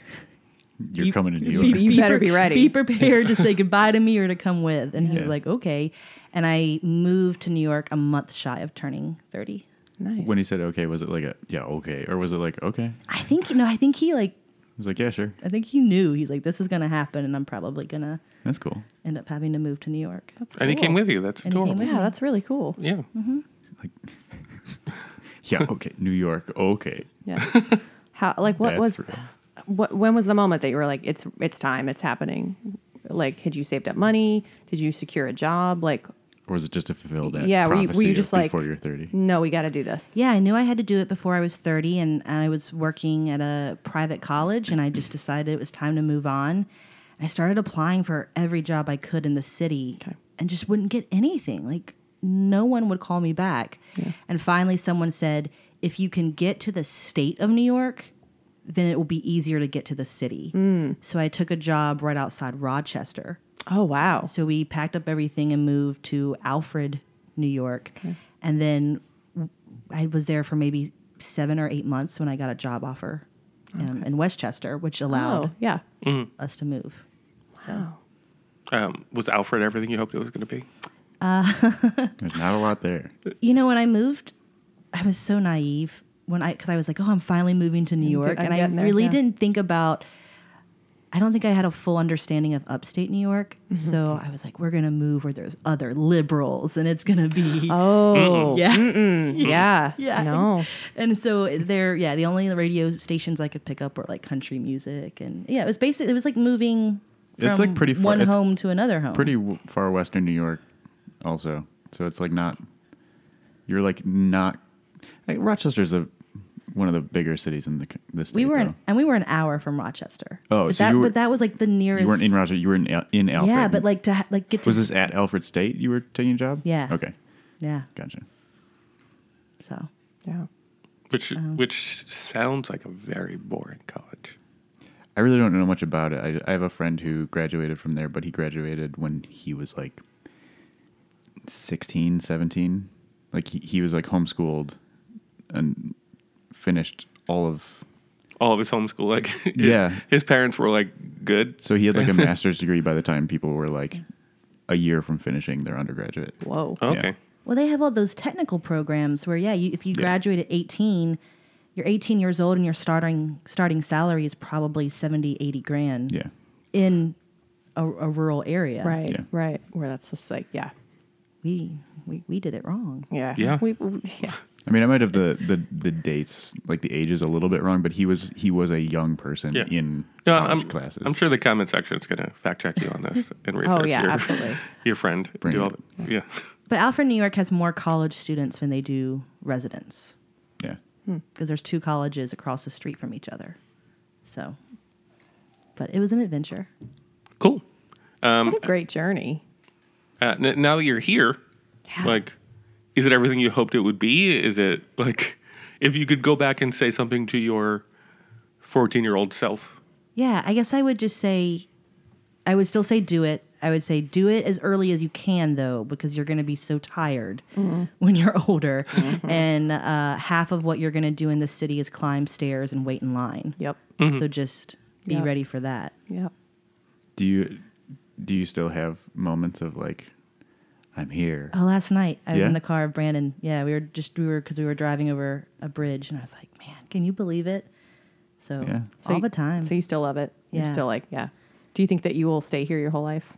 [SPEAKER 2] You're coming to New York.
[SPEAKER 3] you- you better be ready.
[SPEAKER 4] Be prepared to say goodbye to me or to come with. And he was
[SPEAKER 2] Yeah.
[SPEAKER 4] like, okay. And I moved to New York a month shy of turning 30.
[SPEAKER 3] Nice.
[SPEAKER 2] when he said okay, was it like a yeah okay, or was it like okay?
[SPEAKER 4] I think, you know, I think he like
[SPEAKER 2] was like, yeah, sure.
[SPEAKER 4] I think he knew. He's like, this is going to happen, and I'm probably going to
[SPEAKER 2] That's cool.
[SPEAKER 4] end up having to move to New York.
[SPEAKER 3] That's
[SPEAKER 1] And he
[SPEAKER 3] cool.
[SPEAKER 1] came with you. That's
[SPEAKER 4] And he came
[SPEAKER 1] adorable.
[SPEAKER 4] with-
[SPEAKER 3] Yeah, that's really cool.
[SPEAKER 1] Yeah.
[SPEAKER 2] Like, yeah, okay, New York, okay.
[SPEAKER 3] Yeah. How like what
[SPEAKER 2] That's
[SPEAKER 3] was
[SPEAKER 2] real.
[SPEAKER 3] what when was the moment that you were like it's it's time, it's happening? Like had you saved up money? Did you secure a job? Like
[SPEAKER 2] Or was it just to fulfill that?
[SPEAKER 3] Yeah, were you- were
[SPEAKER 2] prophecy
[SPEAKER 3] you
[SPEAKER 2] of
[SPEAKER 3] just like-
[SPEAKER 2] before you're thirty?
[SPEAKER 3] no, we got to do this.
[SPEAKER 4] Yeah, I knew I had to do it before I was 30, and I was working at a private college, and I just decided it was time to move on. I started applying for every job I could in the city and just wouldn't get anything. Like, no one would call me back. And finally, someone said, if you can get to the state of New York, then it will be easier to get to the city. So I took a job right outside Rochester.
[SPEAKER 3] Oh wow.
[SPEAKER 4] So we packed up everything and moved to Alfred, New York. And then w- I was there for maybe seven or eight months when I got a job offer um, in Westchester, which
[SPEAKER 3] Oh,
[SPEAKER 4] allowed
[SPEAKER 3] yeah. Oh.
[SPEAKER 4] us to move.
[SPEAKER 3] Wow.
[SPEAKER 1] Um, was Alfred everything you hoped it was going to be?
[SPEAKER 2] There's not a lot there.
[SPEAKER 4] You know, when I moved, I was so naive when I, because I was like, oh, I'm finally moving to New York.
[SPEAKER 3] I'm
[SPEAKER 4] and I
[SPEAKER 3] getting there,
[SPEAKER 4] really
[SPEAKER 3] yeah.
[SPEAKER 4] didn't think about, I don't think I had a full understanding of upstate New York.
[SPEAKER 3] Mm-hmm.
[SPEAKER 4] So I was like, we're going to move where there's other liberals and it's going to be.
[SPEAKER 3] Oh.
[SPEAKER 4] Yeah.
[SPEAKER 3] Yeah.
[SPEAKER 4] Yeah.
[SPEAKER 3] No.
[SPEAKER 4] And so there, yeah, the only radio stations I could pick up were like country music, and yeah, it was basically it was like moving. From
[SPEAKER 2] It's, like, pretty far-
[SPEAKER 4] one
[SPEAKER 2] it's
[SPEAKER 4] home to another home.
[SPEAKER 2] Pretty w- far western New York, also. So it's like not. You're like not. Like Rochester's a one of the bigger cities in the c- the state.
[SPEAKER 4] We were
[SPEAKER 2] though.
[SPEAKER 4] an, and we were an hour from Rochester.
[SPEAKER 2] Oh,
[SPEAKER 4] but
[SPEAKER 2] so
[SPEAKER 4] that
[SPEAKER 2] you were-
[SPEAKER 4] but that was like the nearest.
[SPEAKER 2] You weren't in Rochester. You were in Al- in Alfred.
[SPEAKER 4] yeah, but like to ha- like get to
[SPEAKER 2] was this at Alfred State? You were taking a job.
[SPEAKER 4] Yeah.
[SPEAKER 2] Okay.
[SPEAKER 4] yeah.
[SPEAKER 2] Gotcha.
[SPEAKER 4] So
[SPEAKER 3] Yeah. Oh.
[SPEAKER 1] Which which sounds like a very boring college.
[SPEAKER 2] I really don't know much about it. I, I have a friend who graduated from there, but he graduated when he was like 16, 17. Like he, he was like homeschooled and finished all of.
[SPEAKER 1] All of his homeschool, like his-
[SPEAKER 2] Yeah.
[SPEAKER 1] his parents were like good.
[SPEAKER 2] So he had like a master's degree by the time people were like a year from finishing their undergraduate.
[SPEAKER 3] Whoa.
[SPEAKER 1] Okay,
[SPEAKER 4] well, they have all those technical programs where yeah, you, if you graduate at eighteen, you're eighteen years old and your starting starting salary is probably 70, 80 grand
[SPEAKER 2] Yeah.
[SPEAKER 4] in a, a rural area.
[SPEAKER 3] Right.
[SPEAKER 2] Yeah.
[SPEAKER 3] Right. Where that's just like yeah.
[SPEAKER 4] We we we did it wrong.
[SPEAKER 3] Yeah.
[SPEAKER 1] Yeah.
[SPEAKER 3] We, we- yeah.
[SPEAKER 2] I mean, I might have the, the, the dates, like the ages, a little bit wrong, but he was he was a young person
[SPEAKER 1] Yeah.
[SPEAKER 2] in
[SPEAKER 1] No,
[SPEAKER 2] college
[SPEAKER 1] I'm,
[SPEAKER 2] classes.
[SPEAKER 1] I'm sure the comment section is going to fact check you on this and research
[SPEAKER 3] Oh, yeah,
[SPEAKER 1] your,
[SPEAKER 3] absolutely.
[SPEAKER 1] your friend.
[SPEAKER 2] Bring
[SPEAKER 1] do all
[SPEAKER 2] it.
[SPEAKER 1] the- yeah.
[SPEAKER 4] But Alfred, New York has more college students than they do residents
[SPEAKER 2] Yeah.
[SPEAKER 4] because there's two colleges across the street from each other. So, but it was an adventure.
[SPEAKER 1] Cool.
[SPEAKER 3] What a great journey.
[SPEAKER 1] Uh, n- now that you're here, like, is it everything you hoped it would be? Is it like, if you could go back and say something to your 14 year old self?
[SPEAKER 4] Yeah, I guess I would just say, I would still say do it. I would say do it as early as you can, though, because you're going to be so tired when you're older. And uh, half of what you're going to do in the city is climb stairs and wait in line.
[SPEAKER 3] Yep.
[SPEAKER 4] So just be
[SPEAKER 3] Yeah.
[SPEAKER 4] ready for that.
[SPEAKER 3] Yep.
[SPEAKER 2] Do you do you still have moments of like I'm here?
[SPEAKER 4] Oh, last night I was
[SPEAKER 2] Yeah?
[SPEAKER 4] in the car of Brandon. Yeah, we were just we were because we were driving over a bridge, and I was like, man, can you believe it? So
[SPEAKER 2] Yeah.
[SPEAKER 3] So
[SPEAKER 4] all
[SPEAKER 3] you-
[SPEAKER 4] the time.
[SPEAKER 3] So you still love it.
[SPEAKER 4] Yeah.
[SPEAKER 3] You're still like yeah. Do you think that you will stay here your whole life?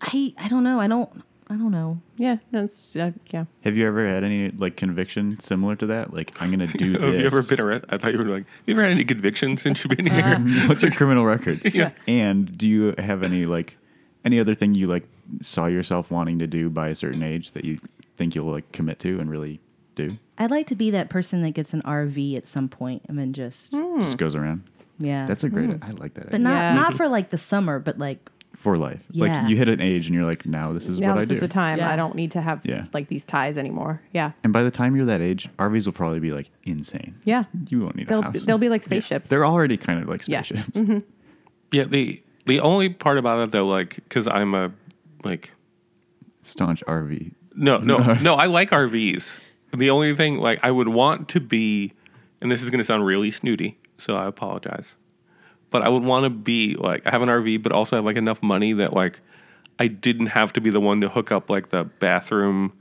[SPEAKER 4] I I don't know. I don't I don't know.
[SPEAKER 3] Yeah. That's uh, yeah.
[SPEAKER 2] Have you ever had any like conviction similar to that? Like I'm gonna do this.
[SPEAKER 1] Have you ever been arrested? I thought you were like, you ever had any convictions since you've
[SPEAKER 3] Uh,
[SPEAKER 1] been here?
[SPEAKER 2] What's your criminal record?
[SPEAKER 1] Yeah.
[SPEAKER 2] And do you have any like any other thing you like saw yourself wanting to do by a certain age that you think you'll like commit to and really do?
[SPEAKER 4] I'd like to be that person that gets an RV at some point and then just
[SPEAKER 2] Just goes around.
[SPEAKER 4] yeah.
[SPEAKER 2] That's a great. I like that.
[SPEAKER 4] but not
[SPEAKER 3] Hmm. Yeah.
[SPEAKER 4] not for like the summer, but like
[SPEAKER 2] for life.
[SPEAKER 4] Yeah.
[SPEAKER 2] Like you hit an age and you're like, now this is
[SPEAKER 3] now
[SPEAKER 2] what
[SPEAKER 3] this
[SPEAKER 2] I do.
[SPEAKER 3] is the time.
[SPEAKER 4] Yeah.
[SPEAKER 3] I don't need to have
[SPEAKER 2] Yeah.
[SPEAKER 3] like these ties anymore. Yeah.
[SPEAKER 2] And by the time you're that age, RVs will probably be like insane.
[SPEAKER 3] Yeah.
[SPEAKER 2] You won't need
[SPEAKER 3] They'll
[SPEAKER 2] a house.
[SPEAKER 3] they'll be like spaceships.
[SPEAKER 2] They're already kind of like
[SPEAKER 3] Yeah. Mm-hmm.
[SPEAKER 2] spaceships.
[SPEAKER 1] yeah. The, the only part about it though, like, cause I'm a, like,
[SPEAKER 2] Staunch RV.
[SPEAKER 1] No, no, no. I like RVs. The only thing, like, I would want to be, and this is going to sound really snooty, so I apologize, but I would want to be like I have an RV, but also have like enough money that like I didn't have to be the one to hook up like the bathroom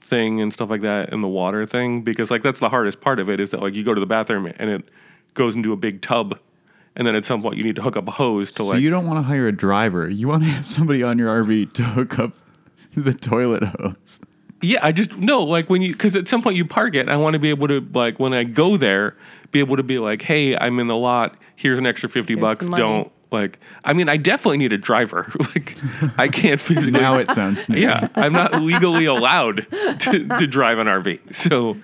[SPEAKER 1] thing and stuff like that and the water thing because like that's the hardest part of it is that like you go to the bathroom and it goes into a big tub and then at some point you need to hook up a hose to
[SPEAKER 2] So
[SPEAKER 1] like
[SPEAKER 2] you don't want to hire a driver. You want to have somebody on your RV to hook up the toilet hose.
[SPEAKER 1] Yeah, I just no, like when you because at some point you park it. I want to be able to like when I go there, be able to be like, hey, I'm in the lot. Here's an extra fifty
[SPEAKER 3] Here's
[SPEAKER 1] bucks.
[SPEAKER 3] some money.
[SPEAKER 1] Don't like. I mean, I definitely need a driver. like, I can't physically.
[SPEAKER 2] Now it sounds sneaky.
[SPEAKER 1] yeah, I'm not legally allowed to, to drive an RV. So,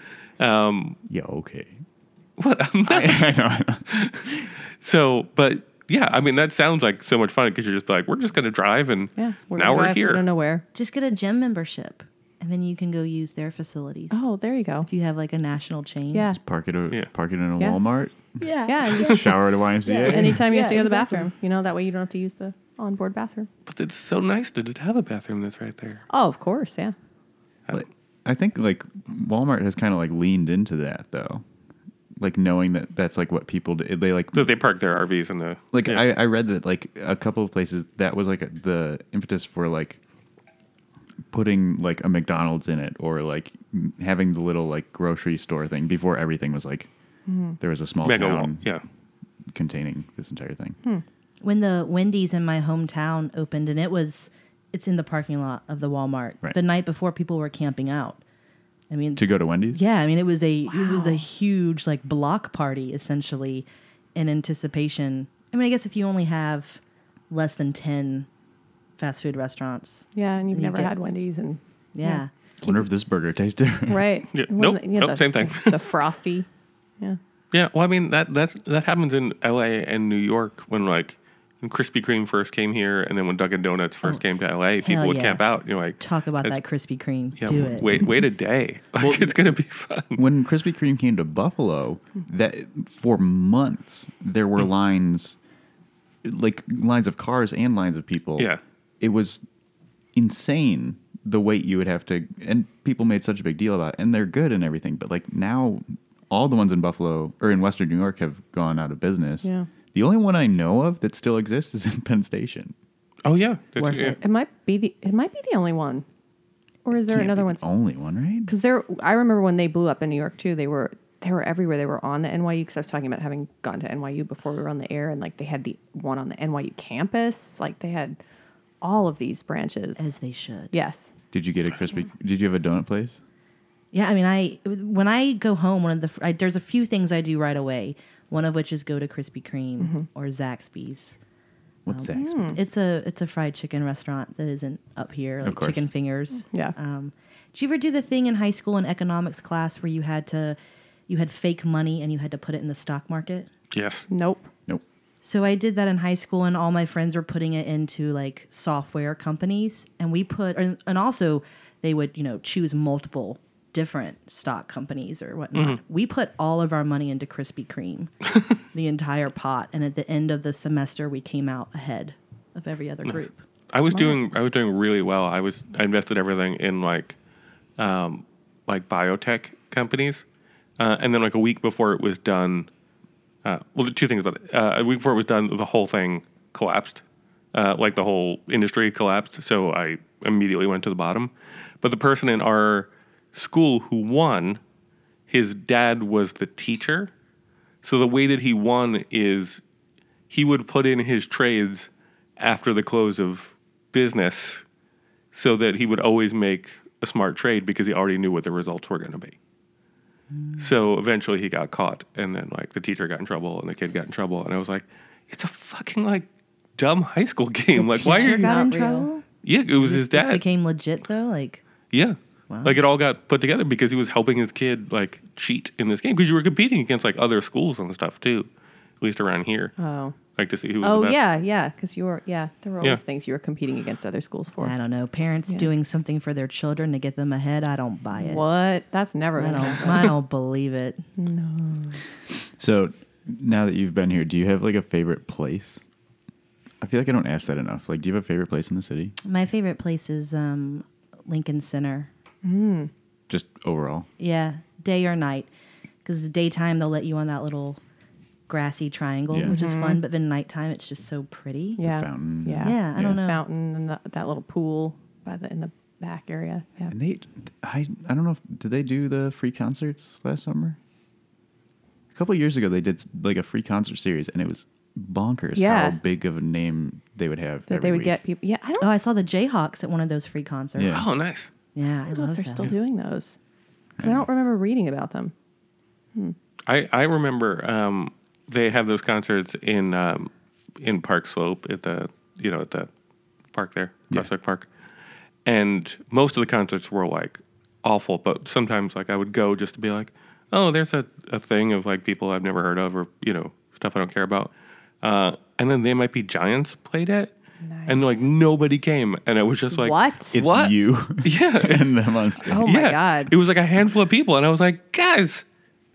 [SPEAKER 1] um,
[SPEAKER 2] Yeah, okay.
[SPEAKER 1] what? I'm not.
[SPEAKER 2] I know, I know.
[SPEAKER 1] So, but yeah, I mean, that sounds like so much fun because you're just like, we're just gonna drive and
[SPEAKER 3] Yeah.
[SPEAKER 1] now
[SPEAKER 3] gonna
[SPEAKER 1] we're
[SPEAKER 3] drive,
[SPEAKER 1] here.
[SPEAKER 3] We don't know where.
[SPEAKER 4] Just get a gym membership, and then you can go use their facilities.
[SPEAKER 3] Oh, there you go.
[SPEAKER 4] If you have like a national chain.
[SPEAKER 3] Yeah.
[SPEAKER 2] Park it,
[SPEAKER 1] Yeah.
[SPEAKER 2] a, park it in a
[SPEAKER 3] Yeah.
[SPEAKER 2] Walmart.
[SPEAKER 4] Yeah.
[SPEAKER 3] Yeah. and just-
[SPEAKER 2] Shower at a YMCA.
[SPEAKER 3] anytime you have to
[SPEAKER 4] Yeah,
[SPEAKER 3] go to the
[SPEAKER 4] exactly.
[SPEAKER 3] bathroom, you know, that way you don't have to use the onboard bathroom.
[SPEAKER 1] But it's so nice to just have a bathroom that's right there.
[SPEAKER 3] Oh, of course. Yeah.
[SPEAKER 2] But I think like Walmart has kind of like leaned into that though, like knowing that that's like what people do. They like
[SPEAKER 1] That they park their RVs in the
[SPEAKER 2] like
[SPEAKER 1] yeah.
[SPEAKER 2] I, I read that like a couple of places that was like a, the impetus for like putting like a McDonald's in it or like m- having the little like grocery store thing before everything was like there was a small
[SPEAKER 1] mega wall.
[SPEAKER 2] town
[SPEAKER 1] Yeah.
[SPEAKER 2] containing this entire thing.
[SPEAKER 4] When the Wendy's in my hometown opened, and it was, it's in the parking lot of the Walmart.
[SPEAKER 2] Right.
[SPEAKER 4] The night before, people were camping out. I mean,
[SPEAKER 2] To go to Wendy's,
[SPEAKER 4] Yeah, I mean it was a it was a huge like block party essentially in anticipation. I mean, I guess if you only have less than 10 fast food restaurants.
[SPEAKER 3] Yeah. And you've
[SPEAKER 4] You
[SPEAKER 3] never
[SPEAKER 4] get-
[SPEAKER 3] had Wendy's and.
[SPEAKER 4] Yeah.
[SPEAKER 2] wonder if this burger tastes different.
[SPEAKER 3] Right.
[SPEAKER 1] Yeah.
[SPEAKER 3] One
[SPEAKER 1] Nope.
[SPEAKER 3] that- you know,
[SPEAKER 1] Nope. Same thing.
[SPEAKER 3] The frosty. Yeah.
[SPEAKER 1] Yeah, well, I mean that that's that happens in L.A. and New York when like when Krispy Kreme first came here, and then when Dunkin' Donuts first came to L.A., people would
[SPEAKER 4] Oh, yeah.
[SPEAKER 1] camp out. You're like,
[SPEAKER 4] Talk about
[SPEAKER 1] That's-
[SPEAKER 4] that Krispy Kreme.
[SPEAKER 1] yeah,
[SPEAKER 4] Do it.
[SPEAKER 1] wait, wait a day. Like, it's gonna be fun.
[SPEAKER 2] when Krispy Kreme came to Buffalo, that for months there were lines, like lines of cars and lines of people.
[SPEAKER 1] Yeah.
[SPEAKER 2] it was insane the wait you would have to, and people made such a big deal about it, and they're good and everything. But like now, all the ones in Buffalo or in Western New York have gone out of business.
[SPEAKER 3] Yeah.
[SPEAKER 2] The only one I know of that still exists is in Penn Station.
[SPEAKER 1] Oh yeah, It's-
[SPEAKER 4] Worth
[SPEAKER 1] yeah.
[SPEAKER 4] it.
[SPEAKER 3] It might be the. It might be the only one. Or is there
[SPEAKER 2] Can't be
[SPEAKER 3] another
[SPEAKER 2] the
[SPEAKER 3] one?
[SPEAKER 2] Only one, right?
[SPEAKER 3] because there i remember when they blew up in new york too they were they were everywhere they were on the nyu because i was talking about having gone to nyu before we were on the air and like they had the one on the nyu campus like they had all of these branches
[SPEAKER 4] As they should.
[SPEAKER 3] yes
[SPEAKER 2] Did you get a Krispy? Did you have a donut place?
[SPEAKER 4] Yeah, I mean, I when I go home, one of the I, there's a few things I do right away. One of which is go to Krispy Kreme or Zaxby's.
[SPEAKER 2] What's that?
[SPEAKER 4] It's a it's a fried chicken restaurant that isn't up here, like
[SPEAKER 2] course.
[SPEAKER 4] chicken fingers.
[SPEAKER 3] Yeah.
[SPEAKER 4] Um, did you ever do the thing in high school in economics class where you had to you had fake money and you had to put it in the stock market?
[SPEAKER 1] yes.
[SPEAKER 3] nope
[SPEAKER 2] Nope.
[SPEAKER 4] So I did that in high school, and all my friends were putting it into like software companies, and we put, and, and also they would, you know, choose multiple different stock companies or whatnot.
[SPEAKER 1] Mm-hmm.
[SPEAKER 4] We put all of our money into Krispy Kreme, the entire pot, and at the end of the semester, we came out ahead of every other group.
[SPEAKER 1] I was doing I was doing really well. I was I invested everything in like um like biotech companies. Uh, and then like a week before it was done uh, well two things about it. Uh, a week before it was done the whole thing collapsed. Uh, like the whole industry collapsed, so I immediately went to the bottom. But the person in our school who won, his dad was the teacher. So the way that he won is he would put in his trades after the close of business so that he would always make a smart trade because he already knew what the results were going to be.
[SPEAKER 4] Hmm.
[SPEAKER 1] So eventually he got caught and then like the teacher got in trouble and the kid got in trouble and I was like it's a fucking like dumb high school game like why are
[SPEAKER 4] Teacher
[SPEAKER 1] you
[SPEAKER 4] got in
[SPEAKER 3] Not real.
[SPEAKER 4] trouble?
[SPEAKER 1] Yeah, it was
[SPEAKER 4] This-
[SPEAKER 1] his dad.
[SPEAKER 4] This became legit though, like.
[SPEAKER 1] Yeah. Like it all got put together because he was helping his kid like cheat in this game because you were competing against like other schools and stuff too, at least around here.
[SPEAKER 3] oh
[SPEAKER 1] Like to see who was the
[SPEAKER 3] oh
[SPEAKER 1] best.
[SPEAKER 3] yeah yeah because you were yeah there were all
[SPEAKER 1] Yeah.
[SPEAKER 3] these things you were competing against other schools for
[SPEAKER 4] I don't know. Parents doing something for their children to get them ahead. I don't buy it.
[SPEAKER 3] what that's never
[SPEAKER 4] I
[SPEAKER 3] gonna
[SPEAKER 4] don't.
[SPEAKER 3] happen
[SPEAKER 4] I don't believe it.
[SPEAKER 2] So now that you've been here, do you have like a favorite place? I feel like I don't ask that enough. Like, do you have a favorite place in the city?
[SPEAKER 4] My favorite place is um, Lincoln Center.
[SPEAKER 2] Just overall.
[SPEAKER 4] Yeah, day or night. Because the daytime, they'll let you on that little grassy triangle,
[SPEAKER 2] Yeah.
[SPEAKER 4] which is fun. But then nighttime, it's just so pretty.
[SPEAKER 3] yeah
[SPEAKER 2] fountain.
[SPEAKER 3] yeah
[SPEAKER 4] Yeah, I don't know.
[SPEAKER 3] fountain and the, that little pool by the in the back area yeah
[SPEAKER 2] And they, I, I don't know if did they do the free concerts last summer? A couple years ago, they did like a free concert series, and it was bonkers
[SPEAKER 3] Yeah.
[SPEAKER 2] how big of a name they would have.
[SPEAKER 3] that
[SPEAKER 2] every
[SPEAKER 3] they would
[SPEAKER 2] week.
[SPEAKER 3] get people. Yeah, I don't
[SPEAKER 4] Oh, I saw the Jayhawks at one of those free concerts.
[SPEAKER 2] Yeah.
[SPEAKER 1] Oh, nice.
[SPEAKER 4] Yeah, I
[SPEAKER 3] know if
[SPEAKER 4] love
[SPEAKER 3] they're
[SPEAKER 4] that.
[SPEAKER 3] still doing those because I don't remember reading about them.
[SPEAKER 1] I I remember um, they have those concerts in um, in Park Slope at the you know at the park there Prospect Park, and most of the concerts were like awful. But sometimes like I would go just to be like, oh, there's a, a thing of like people I've never heard of or you know stuff I don't care about. Uh, and then they might be giants played it, and like nobody came, and it was just like
[SPEAKER 3] what?
[SPEAKER 2] It's
[SPEAKER 1] What?
[SPEAKER 2] you
[SPEAKER 1] Yeah,
[SPEAKER 2] and them on stage.
[SPEAKER 3] oh my
[SPEAKER 1] yeah,
[SPEAKER 3] god!
[SPEAKER 1] It was like a handful of people, and I was like, guys,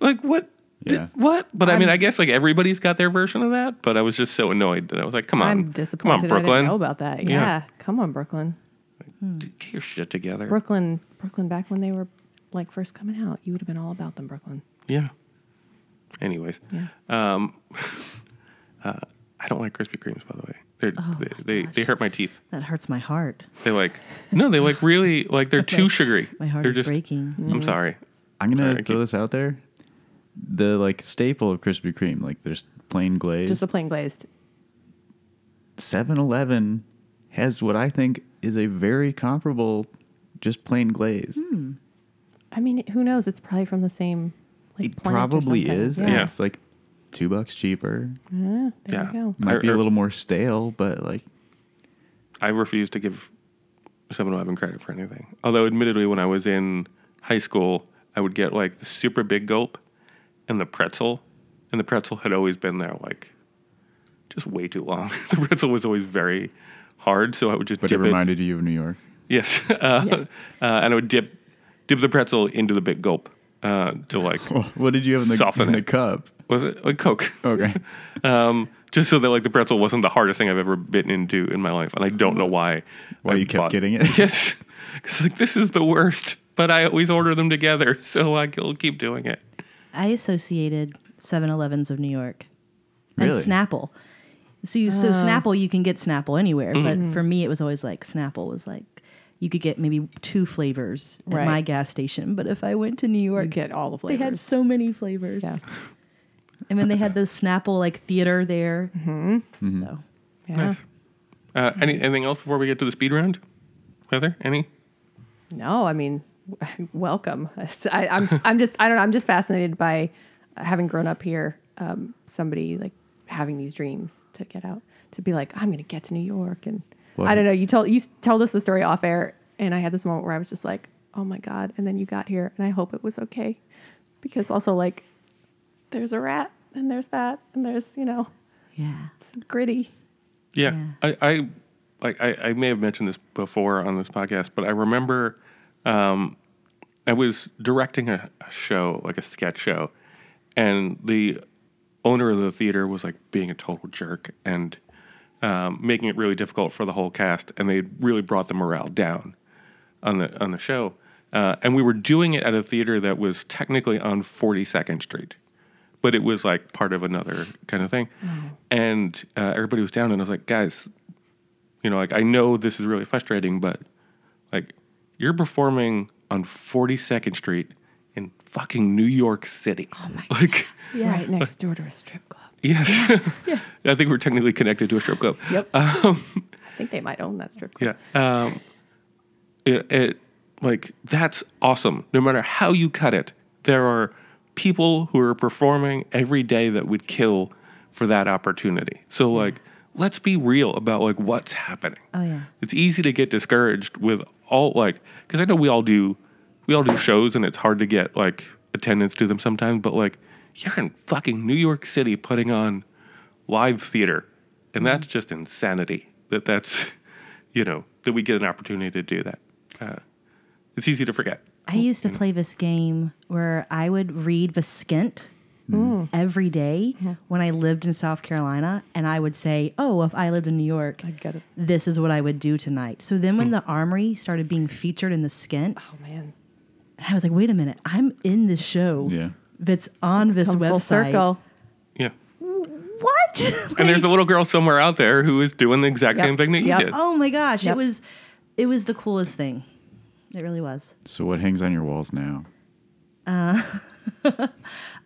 [SPEAKER 1] like what? Did-
[SPEAKER 2] Yeah.
[SPEAKER 1] what? But i mean, I guess like everybody's got their version of that. But I was just so annoyed that I was like, come on,
[SPEAKER 3] I'm disappointed.
[SPEAKER 1] Come on,
[SPEAKER 3] I
[SPEAKER 1] Brooklyn,
[SPEAKER 3] didn't know about that. Yeah.
[SPEAKER 1] Yeah.
[SPEAKER 3] come on, Brooklyn.
[SPEAKER 1] get your shit together.
[SPEAKER 3] Brooklyn, Brooklyn. Back when they were like first coming out, you would have been all about them, Brooklyn.
[SPEAKER 1] yeah. Anyways, um, uh, I don't like Krispy Kremes, by the way. They're,
[SPEAKER 3] Oh
[SPEAKER 1] they, they they hurt my teeth.
[SPEAKER 4] That hurts my heart.
[SPEAKER 1] They like no, they like really like they're too sugary.
[SPEAKER 4] My heart
[SPEAKER 1] they're
[SPEAKER 4] is breaking.
[SPEAKER 3] Mm-hmm.
[SPEAKER 1] I'm sorry.
[SPEAKER 2] I'm gonna
[SPEAKER 1] Sorry,
[SPEAKER 2] throw
[SPEAKER 1] keep-
[SPEAKER 2] this out there. The like staple of Krispy Kreme, like there's plain glaze.
[SPEAKER 3] Just the plain glazed.
[SPEAKER 2] 7 Eleven has what I think is a very comparable just plain glaze.
[SPEAKER 3] Hmm, I mean, who knows? It's probably from the same. Like,
[SPEAKER 2] It
[SPEAKER 3] plant or
[SPEAKER 2] probably
[SPEAKER 3] something.
[SPEAKER 2] is. and
[SPEAKER 3] Yeah.
[SPEAKER 1] Yeah.
[SPEAKER 2] It's like two bucks cheaper.
[SPEAKER 3] Yeah, there
[SPEAKER 1] Yeah. Mm.
[SPEAKER 3] you go.
[SPEAKER 2] Might
[SPEAKER 1] I-
[SPEAKER 2] be a
[SPEAKER 1] I-
[SPEAKER 2] little more stale, but like
[SPEAKER 1] I refuse to give 7 Eleven credit for anything. Although, admittedly, when I was in high school, I would get like the super big gulp and the pretzel. And the pretzel had always been there like just way too long. the pretzel was always very hard. So I would just
[SPEAKER 2] but it
[SPEAKER 1] dip it.
[SPEAKER 2] reminded you of New York.
[SPEAKER 1] Yes. Uh, uh, and I would dip, dip the pretzel into the big gulp uh, to like,
[SPEAKER 2] What did you have in the,
[SPEAKER 1] Soften
[SPEAKER 2] in the
[SPEAKER 1] it.
[SPEAKER 2] cup?
[SPEAKER 1] was it like Coke?
[SPEAKER 2] Okay.
[SPEAKER 1] Um, just so that like the pretzel wasn't the hardest thing I've ever bitten into in my life, and I don't know why.
[SPEAKER 2] Why
[SPEAKER 1] I
[SPEAKER 2] you kept
[SPEAKER 1] bought-
[SPEAKER 2] getting it?
[SPEAKER 1] Yes, because like this is the worst. But I always order them together, so I will keep doing it.
[SPEAKER 4] I associated 7-Elevens of New York
[SPEAKER 2] Really?
[SPEAKER 4] and Snapple. So you
[SPEAKER 3] Oh.
[SPEAKER 4] so Snapple you can get Snapple anywhere,
[SPEAKER 3] Mm-hmm.
[SPEAKER 4] but for me it was always like Snapple was like you could get maybe two flavors at
[SPEAKER 3] Right.
[SPEAKER 4] my gas station, but if I went to New
[SPEAKER 3] You
[SPEAKER 4] York,
[SPEAKER 3] get all the
[SPEAKER 4] they
[SPEAKER 3] flavors.
[SPEAKER 4] had so many flavors.
[SPEAKER 3] Yeah.
[SPEAKER 4] And then they had the Snapple like theater there. Mm-hmm. So
[SPEAKER 3] yeah.
[SPEAKER 1] Nice. Uh, any, anything else before we get to the speed round? Heather, any?
[SPEAKER 3] No, I mean, welcome. I, I'm, I'm just, I don't know. I'm just fascinated by uh, having grown up here. Um, somebody like having these dreams to get out, to be like, I'm going to get to New York, and I don't know. You told you s- told us the story off air, and I had this moment where I was just like, oh my god. And then you got here, and I hope it was okay, because also like, there's a rat, and there's that, and there's you know,
[SPEAKER 4] yeah.
[SPEAKER 3] it's gritty.
[SPEAKER 1] Yeah, I, I like I, I may have mentioned this before on this podcast, but I remember um, I was directing a, a show, like a sketch show, and the owner of the theater was like being a total jerk and um, making it really difficult for the whole cast, and they really brought the morale down on the on the show. Uh, and we were doing it at a theater that was technically on 42nd Street, but it was like part of another kind of thing. And uh, everybody was down, and I was like, guys, you know, like I know this is really frustrating, but like you're performing on 42nd Street in fucking New York City. Oh my like,
[SPEAKER 3] Yeah. Right next door to a strip club.
[SPEAKER 1] Yes. I think we're technically connected to a strip club.
[SPEAKER 3] Yep. I think they might own that strip club.
[SPEAKER 1] Yeah. Um, it, it like that's awesome. No matter how you cut it, there are people who are performing every day that would kill for that opportunity. So like, let's be real about like what's happening.
[SPEAKER 4] Oh yeah.
[SPEAKER 1] It's easy to get discouraged with all like because I know we all do we all do shows and it's hard to get like attendance to them sometimes, but like you're in fucking New York City putting on live theater, and that's
[SPEAKER 3] Mm-hmm.
[SPEAKER 1] just insanity. That that's you know that we get an opportunity to do that. Uh, it's easy to forget.
[SPEAKER 4] I used to play this game where I would read Viscint
[SPEAKER 2] Hmm.
[SPEAKER 3] Hmm.
[SPEAKER 4] every day when I lived in South Carolina, and I would say, "Oh, if I lived in New York,
[SPEAKER 3] I get it.
[SPEAKER 4] this is what I would do tonight." So then, when
[SPEAKER 2] Hmm.
[SPEAKER 4] the Armory started being featured in the Skint,
[SPEAKER 3] Oh man.
[SPEAKER 4] I was like, "Wait a minute, I'm in this show
[SPEAKER 2] Yeah.
[SPEAKER 4] that's on this
[SPEAKER 3] Come
[SPEAKER 4] website."
[SPEAKER 3] full circle.
[SPEAKER 1] Yeah,
[SPEAKER 4] What?
[SPEAKER 1] and there's a little girl somewhere out there who is doing the exact
[SPEAKER 3] Yep.
[SPEAKER 1] same thing that you
[SPEAKER 3] Yep.
[SPEAKER 1] did.
[SPEAKER 4] oh my gosh,
[SPEAKER 3] Yep.
[SPEAKER 4] it was, it was the coolest thing. It really was.
[SPEAKER 2] So what hangs on your walls now?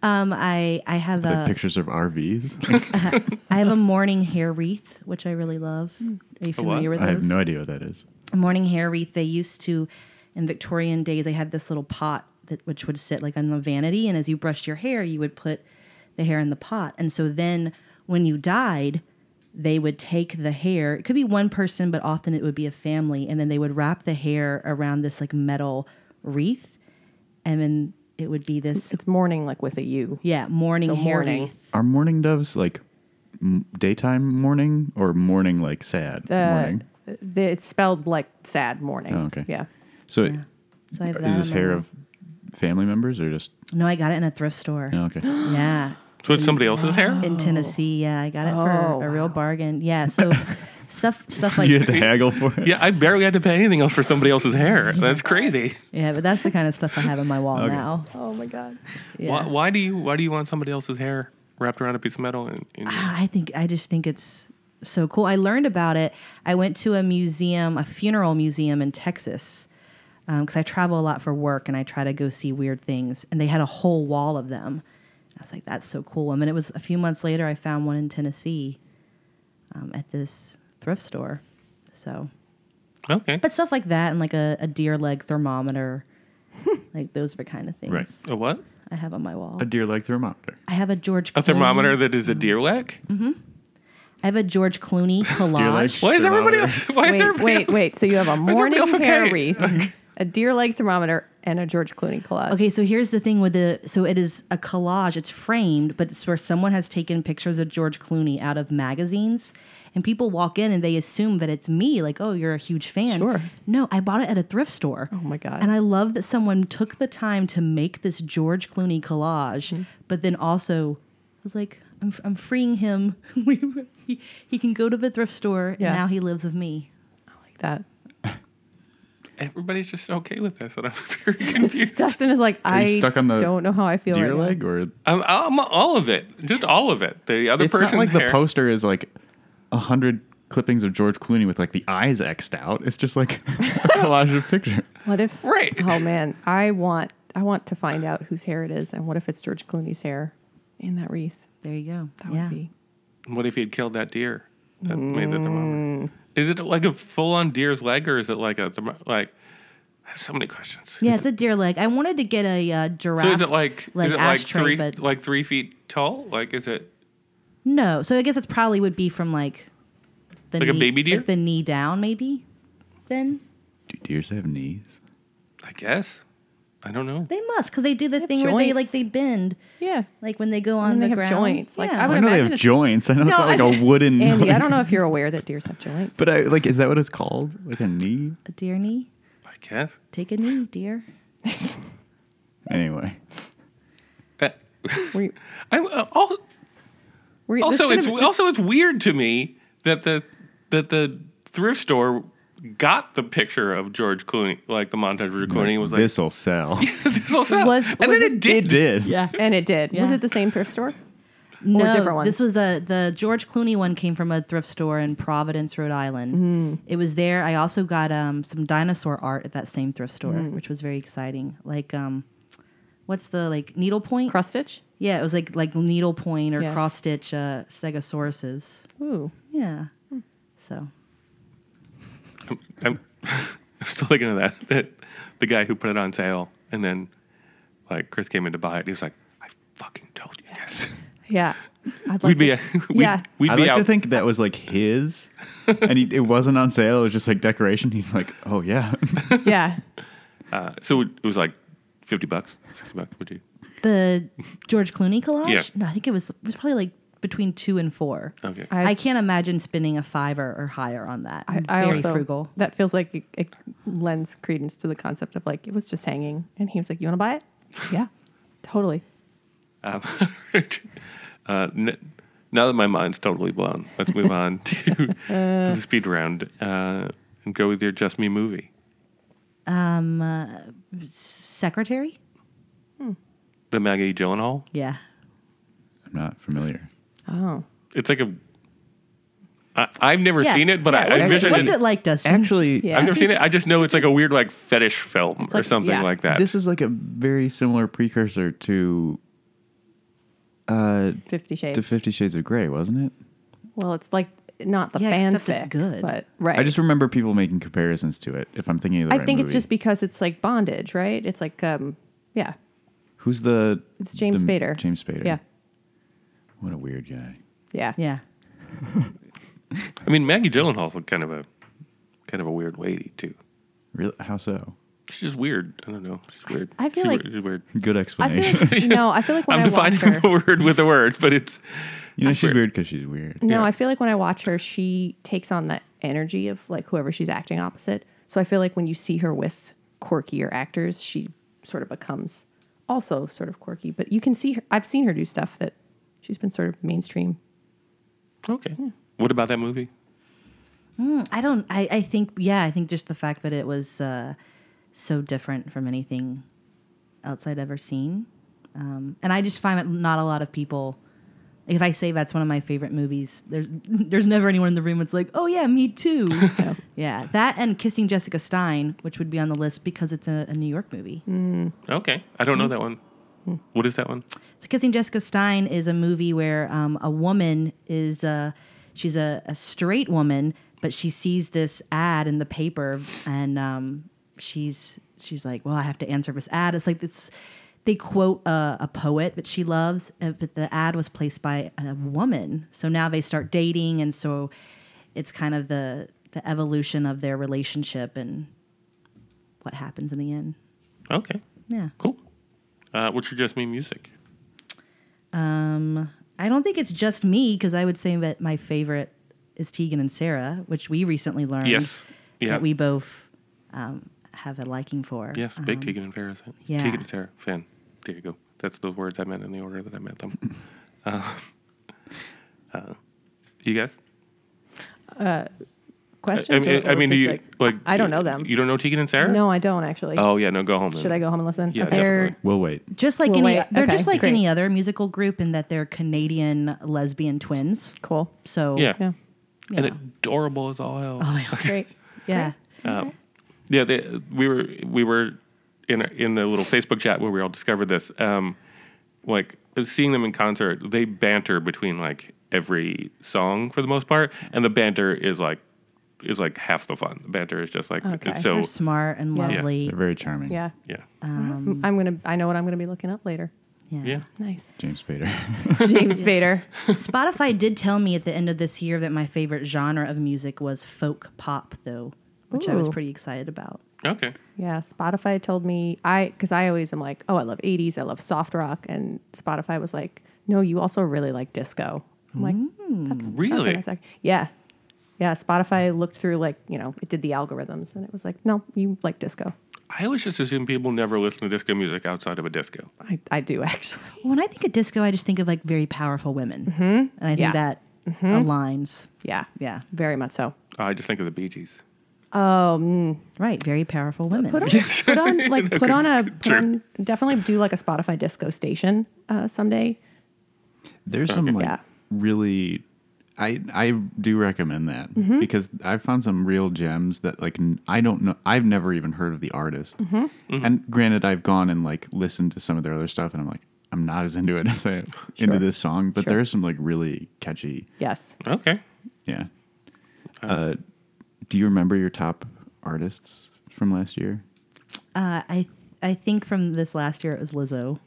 [SPEAKER 4] um, I I have
[SPEAKER 2] The
[SPEAKER 4] a
[SPEAKER 2] pictures of RVs.
[SPEAKER 4] I have a morning hair wreath, which I really love.
[SPEAKER 3] Hmm.
[SPEAKER 4] Are you familiar with
[SPEAKER 2] I
[SPEAKER 4] those?
[SPEAKER 2] have no idea what that is.
[SPEAKER 4] a morning hair wreath they used to in victorian days they had this little pot that which would sit like on the vanity and as you brushed your hair you would put the hair in the pot and so then when you died they would take the hair it could be one person but often it would be a family and then they would wrap the hair around this like metal wreath and then it would be this
[SPEAKER 3] It's morning, like with a U.
[SPEAKER 4] yeah morning
[SPEAKER 3] So
[SPEAKER 4] hair
[SPEAKER 3] mourning.
[SPEAKER 4] wreath
[SPEAKER 2] Are mourning doves like m- daytime mourning or mourning like sad
[SPEAKER 3] Uh,
[SPEAKER 2] mourning?
[SPEAKER 3] the- it's spelled like sad morning.
[SPEAKER 2] Oh, okay.
[SPEAKER 3] Yeah.
[SPEAKER 2] So it-
[SPEAKER 4] so I have that
[SPEAKER 2] is this
[SPEAKER 4] on my
[SPEAKER 2] hair
[SPEAKER 4] wall.
[SPEAKER 2] of family members or just
[SPEAKER 4] no i got it in a thrift store
[SPEAKER 2] no, okay?
[SPEAKER 4] yeah
[SPEAKER 1] So it's somebody else's hair?
[SPEAKER 4] in Tennessee. Yeah, I got it
[SPEAKER 3] Oh,
[SPEAKER 4] for a real bargain. Yeah, so stuff stuff like
[SPEAKER 2] you had to haggle for it.
[SPEAKER 1] Yeah, I barely had to pay anything else for somebody else's hair. That's crazy.
[SPEAKER 4] yeah, but that's the kind of stuff I have on my wall now.
[SPEAKER 3] Oh my god.
[SPEAKER 4] Yeah.
[SPEAKER 1] Why, why do you why do you want somebody else's hair wrapped around a piece of metal? And, and
[SPEAKER 4] I think I just think it's so cool. I learned about it. I went to a museum, a funeral museum in Texas, because I travel a lot for work and I try to go see weird things. And they had a whole wall of them. I was like, that's so cool. And then it was a few months later, I found one in Tennessee um, at this thrift store. So
[SPEAKER 1] okay,
[SPEAKER 4] But stuff like that and like a, a deer leg thermometer, like those are kind of things
[SPEAKER 2] Right.
[SPEAKER 1] a what?
[SPEAKER 4] I have on my wall.
[SPEAKER 2] A deer leg thermometer.
[SPEAKER 4] I have a George
[SPEAKER 1] A
[SPEAKER 4] Clooney,
[SPEAKER 1] thermometer that is a deer leg?
[SPEAKER 4] I have a George Clooney
[SPEAKER 2] Deer leg.
[SPEAKER 4] collage.
[SPEAKER 1] Why is everybody else?
[SPEAKER 2] thermometer.
[SPEAKER 1] Why is
[SPEAKER 3] Wait,
[SPEAKER 1] everybody
[SPEAKER 3] wait,
[SPEAKER 1] else-
[SPEAKER 3] wait. So you have a morning
[SPEAKER 1] else
[SPEAKER 3] hair
[SPEAKER 1] okay?
[SPEAKER 3] wreath, a deer leg thermometer, and a George Clooney collage.
[SPEAKER 4] okay, so here's the thing with the so it is a collage. It's framed, but it's where someone has taken pictures of George Clooney out of magazines. And people walk in and they assume that it's me, like, oh, you're a huge fan.
[SPEAKER 3] Sure.
[SPEAKER 4] No, I bought it at a thrift store.
[SPEAKER 3] Oh my god.
[SPEAKER 4] And I love that someone took the time to make this George Clooney collage, but then also was like, I'm, I'm freeing him. We- he, he can go to the thrift store,
[SPEAKER 3] Yeah.
[SPEAKER 4] and now he lives with me.
[SPEAKER 3] like that.
[SPEAKER 1] Everybody's just okay with this, and I'm very confused.
[SPEAKER 3] Dustin is like,
[SPEAKER 2] Are
[SPEAKER 3] I
[SPEAKER 2] you stuck on the
[SPEAKER 3] don't know how I feel
[SPEAKER 2] Deer
[SPEAKER 3] right
[SPEAKER 2] leg or
[SPEAKER 1] I'm, I'm all of it, just all of it. The other
[SPEAKER 2] it's not
[SPEAKER 1] person's
[SPEAKER 2] like
[SPEAKER 1] hair.
[SPEAKER 2] the poster is like a hundred clippings of George Clooney with like the eyes xed out. It's just like a collage of picture.
[SPEAKER 3] now. What if?
[SPEAKER 1] Right.
[SPEAKER 3] Oh man, I want I want to find out whose hair it is, and what if it's George Clooney's hair in that wreath?
[SPEAKER 4] There you go.
[SPEAKER 3] That
[SPEAKER 4] yeah.
[SPEAKER 3] would be.
[SPEAKER 1] What if he had killed that deer that made the thermometer? Is it like a full-on deer's leg, or is it like a thermo- like? I have so many questions.
[SPEAKER 4] Yeah, it's a deer leg. I wanted to get a uh, giraffe.
[SPEAKER 1] So is it like,
[SPEAKER 4] like
[SPEAKER 1] is it like
[SPEAKER 4] ashtray,
[SPEAKER 1] three
[SPEAKER 4] but-
[SPEAKER 1] like three feet tall? Like is it
[SPEAKER 4] no? So I guess it's probably would be from like the
[SPEAKER 1] Like a
[SPEAKER 4] knee-
[SPEAKER 1] baby deer?
[SPEAKER 4] like the knee down, maybe. Then
[SPEAKER 2] Do deers have knees?
[SPEAKER 1] I guess. I don't know.
[SPEAKER 4] they must because they do the
[SPEAKER 3] have
[SPEAKER 4] thing where they
[SPEAKER 3] joints.
[SPEAKER 4] like they bend,
[SPEAKER 3] Yeah.
[SPEAKER 4] like when they go on
[SPEAKER 3] And
[SPEAKER 4] the
[SPEAKER 3] they have
[SPEAKER 4] ground.
[SPEAKER 3] joints. Like, I
[SPEAKER 2] I
[SPEAKER 3] would
[SPEAKER 2] know they
[SPEAKER 3] imagine
[SPEAKER 2] have
[SPEAKER 3] it's-
[SPEAKER 2] joints. I know
[SPEAKER 3] No,
[SPEAKER 2] it's not like
[SPEAKER 3] I-
[SPEAKER 2] a wooden.
[SPEAKER 3] Andy, I don't know if you're aware that deers have joints.
[SPEAKER 2] But I, like, is that what it's called? Like a knee?
[SPEAKER 4] a deer knee.
[SPEAKER 1] I guess.
[SPEAKER 4] Take a knee, deer.
[SPEAKER 2] Anyway,
[SPEAKER 1] Uh,
[SPEAKER 3] Were you,
[SPEAKER 1] I, uh, al-
[SPEAKER 3] were you, this
[SPEAKER 1] also,
[SPEAKER 3] could
[SPEAKER 1] it's
[SPEAKER 3] have- this-
[SPEAKER 1] also it's weird to me that the that the thrift store got the picture of George Clooney, like the montage of George Clooney, was like this,
[SPEAKER 2] this will sell.
[SPEAKER 1] will sell.
[SPEAKER 3] Was-
[SPEAKER 1] and
[SPEAKER 3] was
[SPEAKER 1] then
[SPEAKER 3] it-
[SPEAKER 1] it did.
[SPEAKER 2] It did.
[SPEAKER 4] Yeah.
[SPEAKER 3] and it did. Was
[SPEAKER 4] Yeah.
[SPEAKER 3] it the same thrift store?
[SPEAKER 4] no,
[SPEAKER 3] different ones?
[SPEAKER 4] This was a the George Clooney one came from a thrift store in Providence, Rhode Island.
[SPEAKER 3] Mm-hmm.
[SPEAKER 4] It was there. I also got um, some dinosaur art at that same thrift store,
[SPEAKER 3] Mm-hmm.
[SPEAKER 4] which was very exciting. Like um, what's the like needlepoint?
[SPEAKER 3] Cross stitch.
[SPEAKER 4] yeah, it was like like needlepoint or
[SPEAKER 3] Yeah.
[SPEAKER 4] cross stitch uh, stegosauruses.
[SPEAKER 3] Ooh.
[SPEAKER 4] Yeah.
[SPEAKER 3] Hmm.
[SPEAKER 4] So
[SPEAKER 1] I'm, I'm still thinking of that. That the guy who put it on sale, and then like Chris came in to buy it. He was like, "I fucking told you guys."
[SPEAKER 3] Yeah. I'd like
[SPEAKER 1] We'd be
[SPEAKER 3] to-
[SPEAKER 1] a, we'd,
[SPEAKER 3] Yeah.
[SPEAKER 1] we'd
[SPEAKER 2] I
[SPEAKER 1] be
[SPEAKER 2] like
[SPEAKER 1] out.
[SPEAKER 2] to think that was like his, and he, it wasn't on sale. It was just like decoration. He's like, oh yeah,
[SPEAKER 3] yeah.
[SPEAKER 1] uh, so it was like fifty bucks, sixty bucks. Would you?
[SPEAKER 4] the George Clooney collage.
[SPEAKER 1] Yeah. Oh.
[SPEAKER 4] No, I think it was it was probably like between two and four.
[SPEAKER 1] Okay.
[SPEAKER 3] I-
[SPEAKER 4] I, can't imagine spending a fiver or higher on that.
[SPEAKER 3] I,
[SPEAKER 4] I'm
[SPEAKER 3] I
[SPEAKER 4] very
[SPEAKER 3] also,
[SPEAKER 4] frugal.
[SPEAKER 3] That feels like it, it lends credence to the concept of like it was just hanging, and he was like, "You want to buy it? yeah, totally.
[SPEAKER 1] Um, uh, n- now that my mind's totally blown, let's move on to the speed round uh, and go with your Just Me movie.
[SPEAKER 4] Secretary?
[SPEAKER 1] The Maggie Gyllenhaal.
[SPEAKER 4] Yeah.
[SPEAKER 2] I'm not familiar.
[SPEAKER 3] Oh,
[SPEAKER 1] It's like a I, I've never
[SPEAKER 4] Yeah.
[SPEAKER 1] seen it, but
[SPEAKER 4] Yeah,
[SPEAKER 1] I, I
[SPEAKER 4] what's,
[SPEAKER 1] envision
[SPEAKER 4] it, what's
[SPEAKER 1] it-
[SPEAKER 4] it like, Dustin?
[SPEAKER 2] Actually,
[SPEAKER 3] Yeah.
[SPEAKER 1] I've never seen it. I just know it's like a weird like fetish film or
[SPEAKER 3] like-
[SPEAKER 1] something
[SPEAKER 3] yeah.
[SPEAKER 1] like that.
[SPEAKER 2] this is like a very similar precursor to uh,
[SPEAKER 3] Fifty Shades.
[SPEAKER 2] to Fifty Shades of Grey, wasn't it?
[SPEAKER 3] Well, it's like not the
[SPEAKER 4] Yeah,
[SPEAKER 3] fanfic,
[SPEAKER 4] except it's good.
[SPEAKER 3] but right.
[SPEAKER 2] I just remember people making comparisons to it. If I'm thinking of the
[SPEAKER 3] I
[SPEAKER 2] right
[SPEAKER 3] think
[SPEAKER 2] movie.
[SPEAKER 3] it's just because it's like bondage, right? It's like um, yeah,
[SPEAKER 2] who's the
[SPEAKER 3] it's James
[SPEAKER 2] the-
[SPEAKER 3] Spader.
[SPEAKER 2] James Spader.
[SPEAKER 3] yeah,
[SPEAKER 2] What a weird guy.
[SPEAKER 3] yeah,
[SPEAKER 4] Yeah.
[SPEAKER 1] I mean, Maggie Gyllenhaal's like kind of a kind of a weird lady too.
[SPEAKER 2] Really? How so?
[SPEAKER 1] She's just weird. I don't know. She's weird.
[SPEAKER 3] I feel
[SPEAKER 1] She's
[SPEAKER 3] like-
[SPEAKER 1] weird- she's weird.
[SPEAKER 2] Good
[SPEAKER 3] I
[SPEAKER 2] explanation.
[SPEAKER 3] feel like, no, I feel like when
[SPEAKER 1] I'm
[SPEAKER 3] I watch
[SPEAKER 1] defining
[SPEAKER 3] her,
[SPEAKER 1] the word with a word, but it's
[SPEAKER 2] you know,
[SPEAKER 1] I'm
[SPEAKER 2] she's
[SPEAKER 1] weird.
[SPEAKER 2] weird because she's weird.
[SPEAKER 3] no,
[SPEAKER 1] yeah.
[SPEAKER 3] I feel like when I watch her, she takes on the energy of like whoever she's acting opposite. So I feel like when you see her with quirkier actors, she sort of becomes also sort of quirky. But you can see her. I've seen her do stuff that she's been sort of mainstream.
[SPEAKER 1] okay. What about that movie?
[SPEAKER 4] Hmm, I don't. I, I think. Yeah, I think just the fact that it was uh, so different from anything else I'd ever seen, um, and I just find that not a lot of people. If I say that's one of my favorite movies, there's there's never anyone in the room that's like, oh yeah, me too. yeah, that and Kissing Jessica Stein, which would be on the list because it's a, a New York movie.
[SPEAKER 1] Okay, I
[SPEAKER 3] Hmm.
[SPEAKER 1] don't know that one. What is that one?
[SPEAKER 4] So, Kissing Jessica Stein is a movie where um, a woman is a she's a, a straight woman, but she sees this ad in the paper, and um, she's she's like, "Well, I have to answer this ad." It's like this. They quote a, a poet that she loves, uh, but the ad was placed by a woman. So now they start dating, and so it's kind of the the evolution of their relationship and what happens in the end.
[SPEAKER 1] Okay,
[SPEAKER 4] Yeah.
[SPEAKER 1] cool. Uh, what's your just me music?
[SPEAKER 4] Um, I don't think it's just me because I would say that my favorite is Tegan and Sarah, which we recently learned
[SPEAKER 1] Yes, yeah,
[SPEAKER 4] that we both um, have a liking for.
[SPEAKER 1] yes,
[SPEAKER 4] Um,
[SPEAKER 1] big
[SPEAKER 3] Uh-huh.
[SPEAKER 1] Tegan and Farrah. fan.
[SPEAKER 4] yeah.
[SPEAKER 1] Tegan and Sarah fan. There you go. That's those words I meant in the order that I meant them. uh, uh, you guys?
[SPEAKER 3] Questions?
[SPEAKER 1] I mean,
[SPEAKER 3] or-
[SPEAKER 1] I
[SPEAKER 3] or
[SPEAKER 1] mean, do
[SPEAKER 3] just,
[SPEAKER 1] you
[SPEAKER 3] like-
[SPEAKER 1] like,
[SPEAKER 3] I don't know them.
[SPEAKER 1] You don't know Tegan and Sarah?
[SPEAKER 3] no, I don't actually.
[SPEAKER 1] Oh yeah, no. Go home.
[SPEAKER 3] Should I go home and listen?
[SPEAKER 1] Yeah,
[SPEAKER 3] Okay.
[SPEAKER 4] They're
[SPEAKER 1] definitely.
[SPEAKER 2] We'll wait.
[SPEAKER 4] just like
[SPEAKER 3] Well,
[SPEAKER 4] any,
[SPEAKER 3] wait,
[SPEAKER 4] they're
[SPEAKER 3] okay,
[SPEAKER 4] just like
[SPEAKER 3] great.
[SPEAKER 4] any other musical group in that they're Canadian lesbian twins.
[SPEAKER 3] cool.
[SPEAKER 4] So
[SPEAKER 1] Yeah.
[SPEAKER 3] Yeah,
[SPEAKER 4] you
[SPEAKER 1] And
[SPEAKER 4] know.
[SPEAKER 1] adorable as all hell.
[SPEAKER 4] Oh, yeah.
[SPEAKER 3] great.
[SPEAKER 4] yeah,
[SPEAKER 1] Yeah, they, we were we were in a, in the little Facebook chat where we all discovered this. Um, like seeing them in concert, they banter between like every song for the most part, and the banter is like is like half the fun. The banter is just like
[SPEAKER 3] Okay.
[SPEAKER 1] it's so
[SPEAKER 4] they're smart and
[SPEAKER 3] Yeah. Yeah.
[SPEAKER 4] lovely.
[SPEAKER 2] They're very charming.
[SPEAKER 3] Yeah,
[SPEAKER 1] yeah
[SPEAKER 3] I'm- I'm gonna. I know what I'm gonna be looking up later.
[SPEAKER 1] yeah.
[SPEAKER 3] Nice,
[SPEAKER 2] James Spader.
[SPEAKER 3] James Spader.
[SPEAKER 4] Spotify did tell me at the end of this year that my favorite genre of music was folk pop, though, which I was
[SPEAKER 3] Ooh.
[SPEAKER 4] pretty excited about.
[SPEAKER 1] Okay,
[SPEAKER 3] Yeah, Spotify told me I because I always am like, oh, I love '80s, I love soft rock, and Spotify was like, no, you also really like disco. I'm like, that's
[SPEAKER 1] Really?
[SPEAKER 3] that's ac- yeah, yeah. Spotify looked through like you know it did the algorithms, and it was like, no, you like disco.
[SPEAKER 1] I always just assume people never listen to disco music outside of a disco.
[SPEAKER 3] I, I do actually.
[SPEAKER 4] When I think of disco, I just think of like very powerful women, and I
[SPEAKER 3] Mm-hmm.
[SPEAKER 4] think
[SPEAKER 3] Yeah. Mm-hmm.
[SPEAKER 4] that aligns.
[SPEAKER 3] Yeah,
[SPEAKER 4] Yeah,
[SPEAKER 3] very much so.
[SPEAKER 1] I just think of the Bee Gees.
[SPEAKER 4] right. Very powerful women.
[SPEAKER 3] Put on, put on like put on a put on, definitely do like a Spotify disco station uh, someday.
[SPEAKER 2] There's some like
[SPEAKER 3] Yeah.
[SPEAKER 2] really I I do recommend that
[SPEAKER 4] Mm-hmm.
[SPEAKER 2] because I found some real gems that like n- I don't know I've never even heard of the artist.
[SPEAKER 4] Mm-hmm.
[SPEAKER 2] And granted I've gone and like listened to some of their other stuff and I'm like I'm not as into it as I am into this song, but there's some like really catchy.
[SPEAKER 3] Yes.
[SPEAKER 1] Okay,
[SPEAKER 2] Yeah. Uh, do you remember your top artists from last year?
[SPEAKER 4] Uh, I I think from this last year it was Lizzo.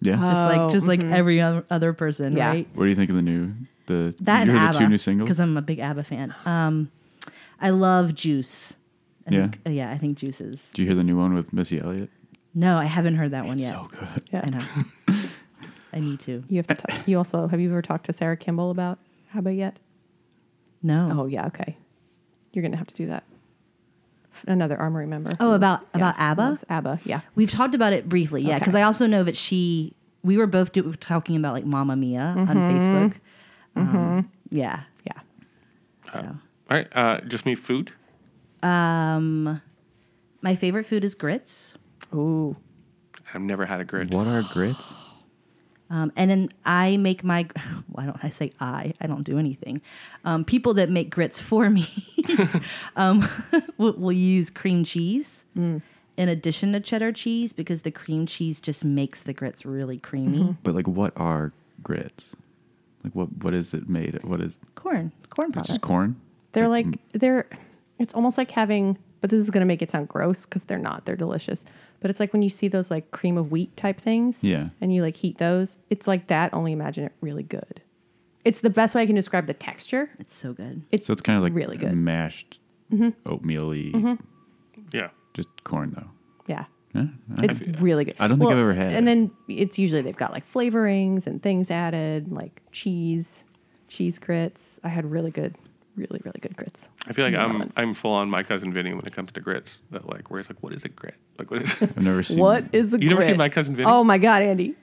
[SPEAKER 2] Yeah.
[SPEAKER 4] Just
[SPEAKER 3] Oh,
[SPEAKER 4] like just like every other, other person,
[SPEAKER 3] Yeah.
[SPEAKER 4] right?
[SPEAKER 2] what do you think of the new the
[SPEAKER 4] That
[SPEAKER 2] you
[SPEAKER 4] and
[SPEAKER 2] heard
[SPEAKER 4] ABBA
[SPEAKER 2] the two new singles?
[SPEAKER 4] because I'm a big ABBA fan. Um, I love Juice. I
[SPEAKER 2] Yeah.
[SPEAKER 4] think, yeah. I think Juice is.
[SPEAKER 2] Do you hear the new one with Missy Elliott?
[SPEAKER 4] No, I haven't heard that one yet.
[SPEAKER 2] So good.
[SPEAKER 3] Yeah.
[SPEAKER 4] I know. I need to.
[SPEAKER 3] You have to. T- you also have you ever talked to Sarah Kimball about Abba yet?
[SPEAKER 4] No.
[SPEAKER 3] Oh yeah, okay. You're gonna have to do that. F- Another armory member.
[SPEAKER 4] Oh, about
[SPEAKER 3] Yeah.
[SPEAKER 4] about ABBA.
[SPEAKER 3] Yes, ABBA, yeah.
[SPEAKER 4] We've talked about it briefly, yeah,
[SPEAKER 3] Okay.
[SPEAKER 4] because I also know that she. We were both do, talking about like Mama Mia on Facebook. Um, yeah.
[SPEAKER 3] Yeah.
[SPEAKER 4] So
[SPEAKER 1] all right. Uh, just me food.
[SPEAKER 4] my favorite food is grits.
[SPEAKER 3] Ooh.
[SPEAKER 1] I've never had a grid.
[SPEAKER 2] What are grits?
[SPEAKER 4] Um, and then I make my, why don't I say I? I don't do anything. Um, people that make grits for me um, will, will use cream cheese in addition to cheddar cheese because the cream cheese just makes the grits really creamy.
[SPEAKER 2] But like, what are grits? Like, what what is it made? of? What is
[SPEAKER 4] Corn, corn
[SPEAKER 2] it's
[SPEAKER 4] products.
[SPEAKER 2] just corn?
[SPEAKER 3] They're like
[SPEAKER 4] Mm-hmm.
[SPEAKER 3] they're it's almost like having but this is going to make it sound gross cuz they're not. They're delicious. But it's like when you see those like cream of wheat type things
[SPEAKER 2] Yeah.
[SPEAKER 3] and you like heat those, it's like that only imagine it really good. It's the best way I can describe the texture.
[SPEAKER 4] It's so good.
[SPEAKER 3] It's
[SPEAKER 2] So it's kind of like
[SPEAKER 3] really good. Mm-hmm.
[SPEAKER 2] mashed oatmeal-y,
[SPEAKER 1] Yeah.
[SPEAKER 2] just corn though.
[SPEAKER 3] Yeah.
[SPEAKER 2] Huh?
[SPEAKER 3] It's really good.
[SPEAKER 2] I don't think I've ever had
[SPEAKER 3] And
[SPEAKER 2] it.
[SPEAKER 3] then it's usually they've got like flavorings and things added, like cheese, cheese grits. I had really good, really really good grits.
[SPEAKER 1] I feel like
[SPEAKER 3] New
[SPEAKER 1] I'm
[SPEAKER 3] Orleans.
[SPEAKER 1] I'm full on my cousin Vinny when it comes to grits. That like where it's like, what is a grit? Like what is
[SPEAKER 2] I've never seen.
[SPEAKER 3] What is a
[SPEAKER 1] You never
[SPEAKER 3] grit?
[SPEAKER 1] seen My Cousin Vinny?
[SPEAKER 3] Oh my god, Andy.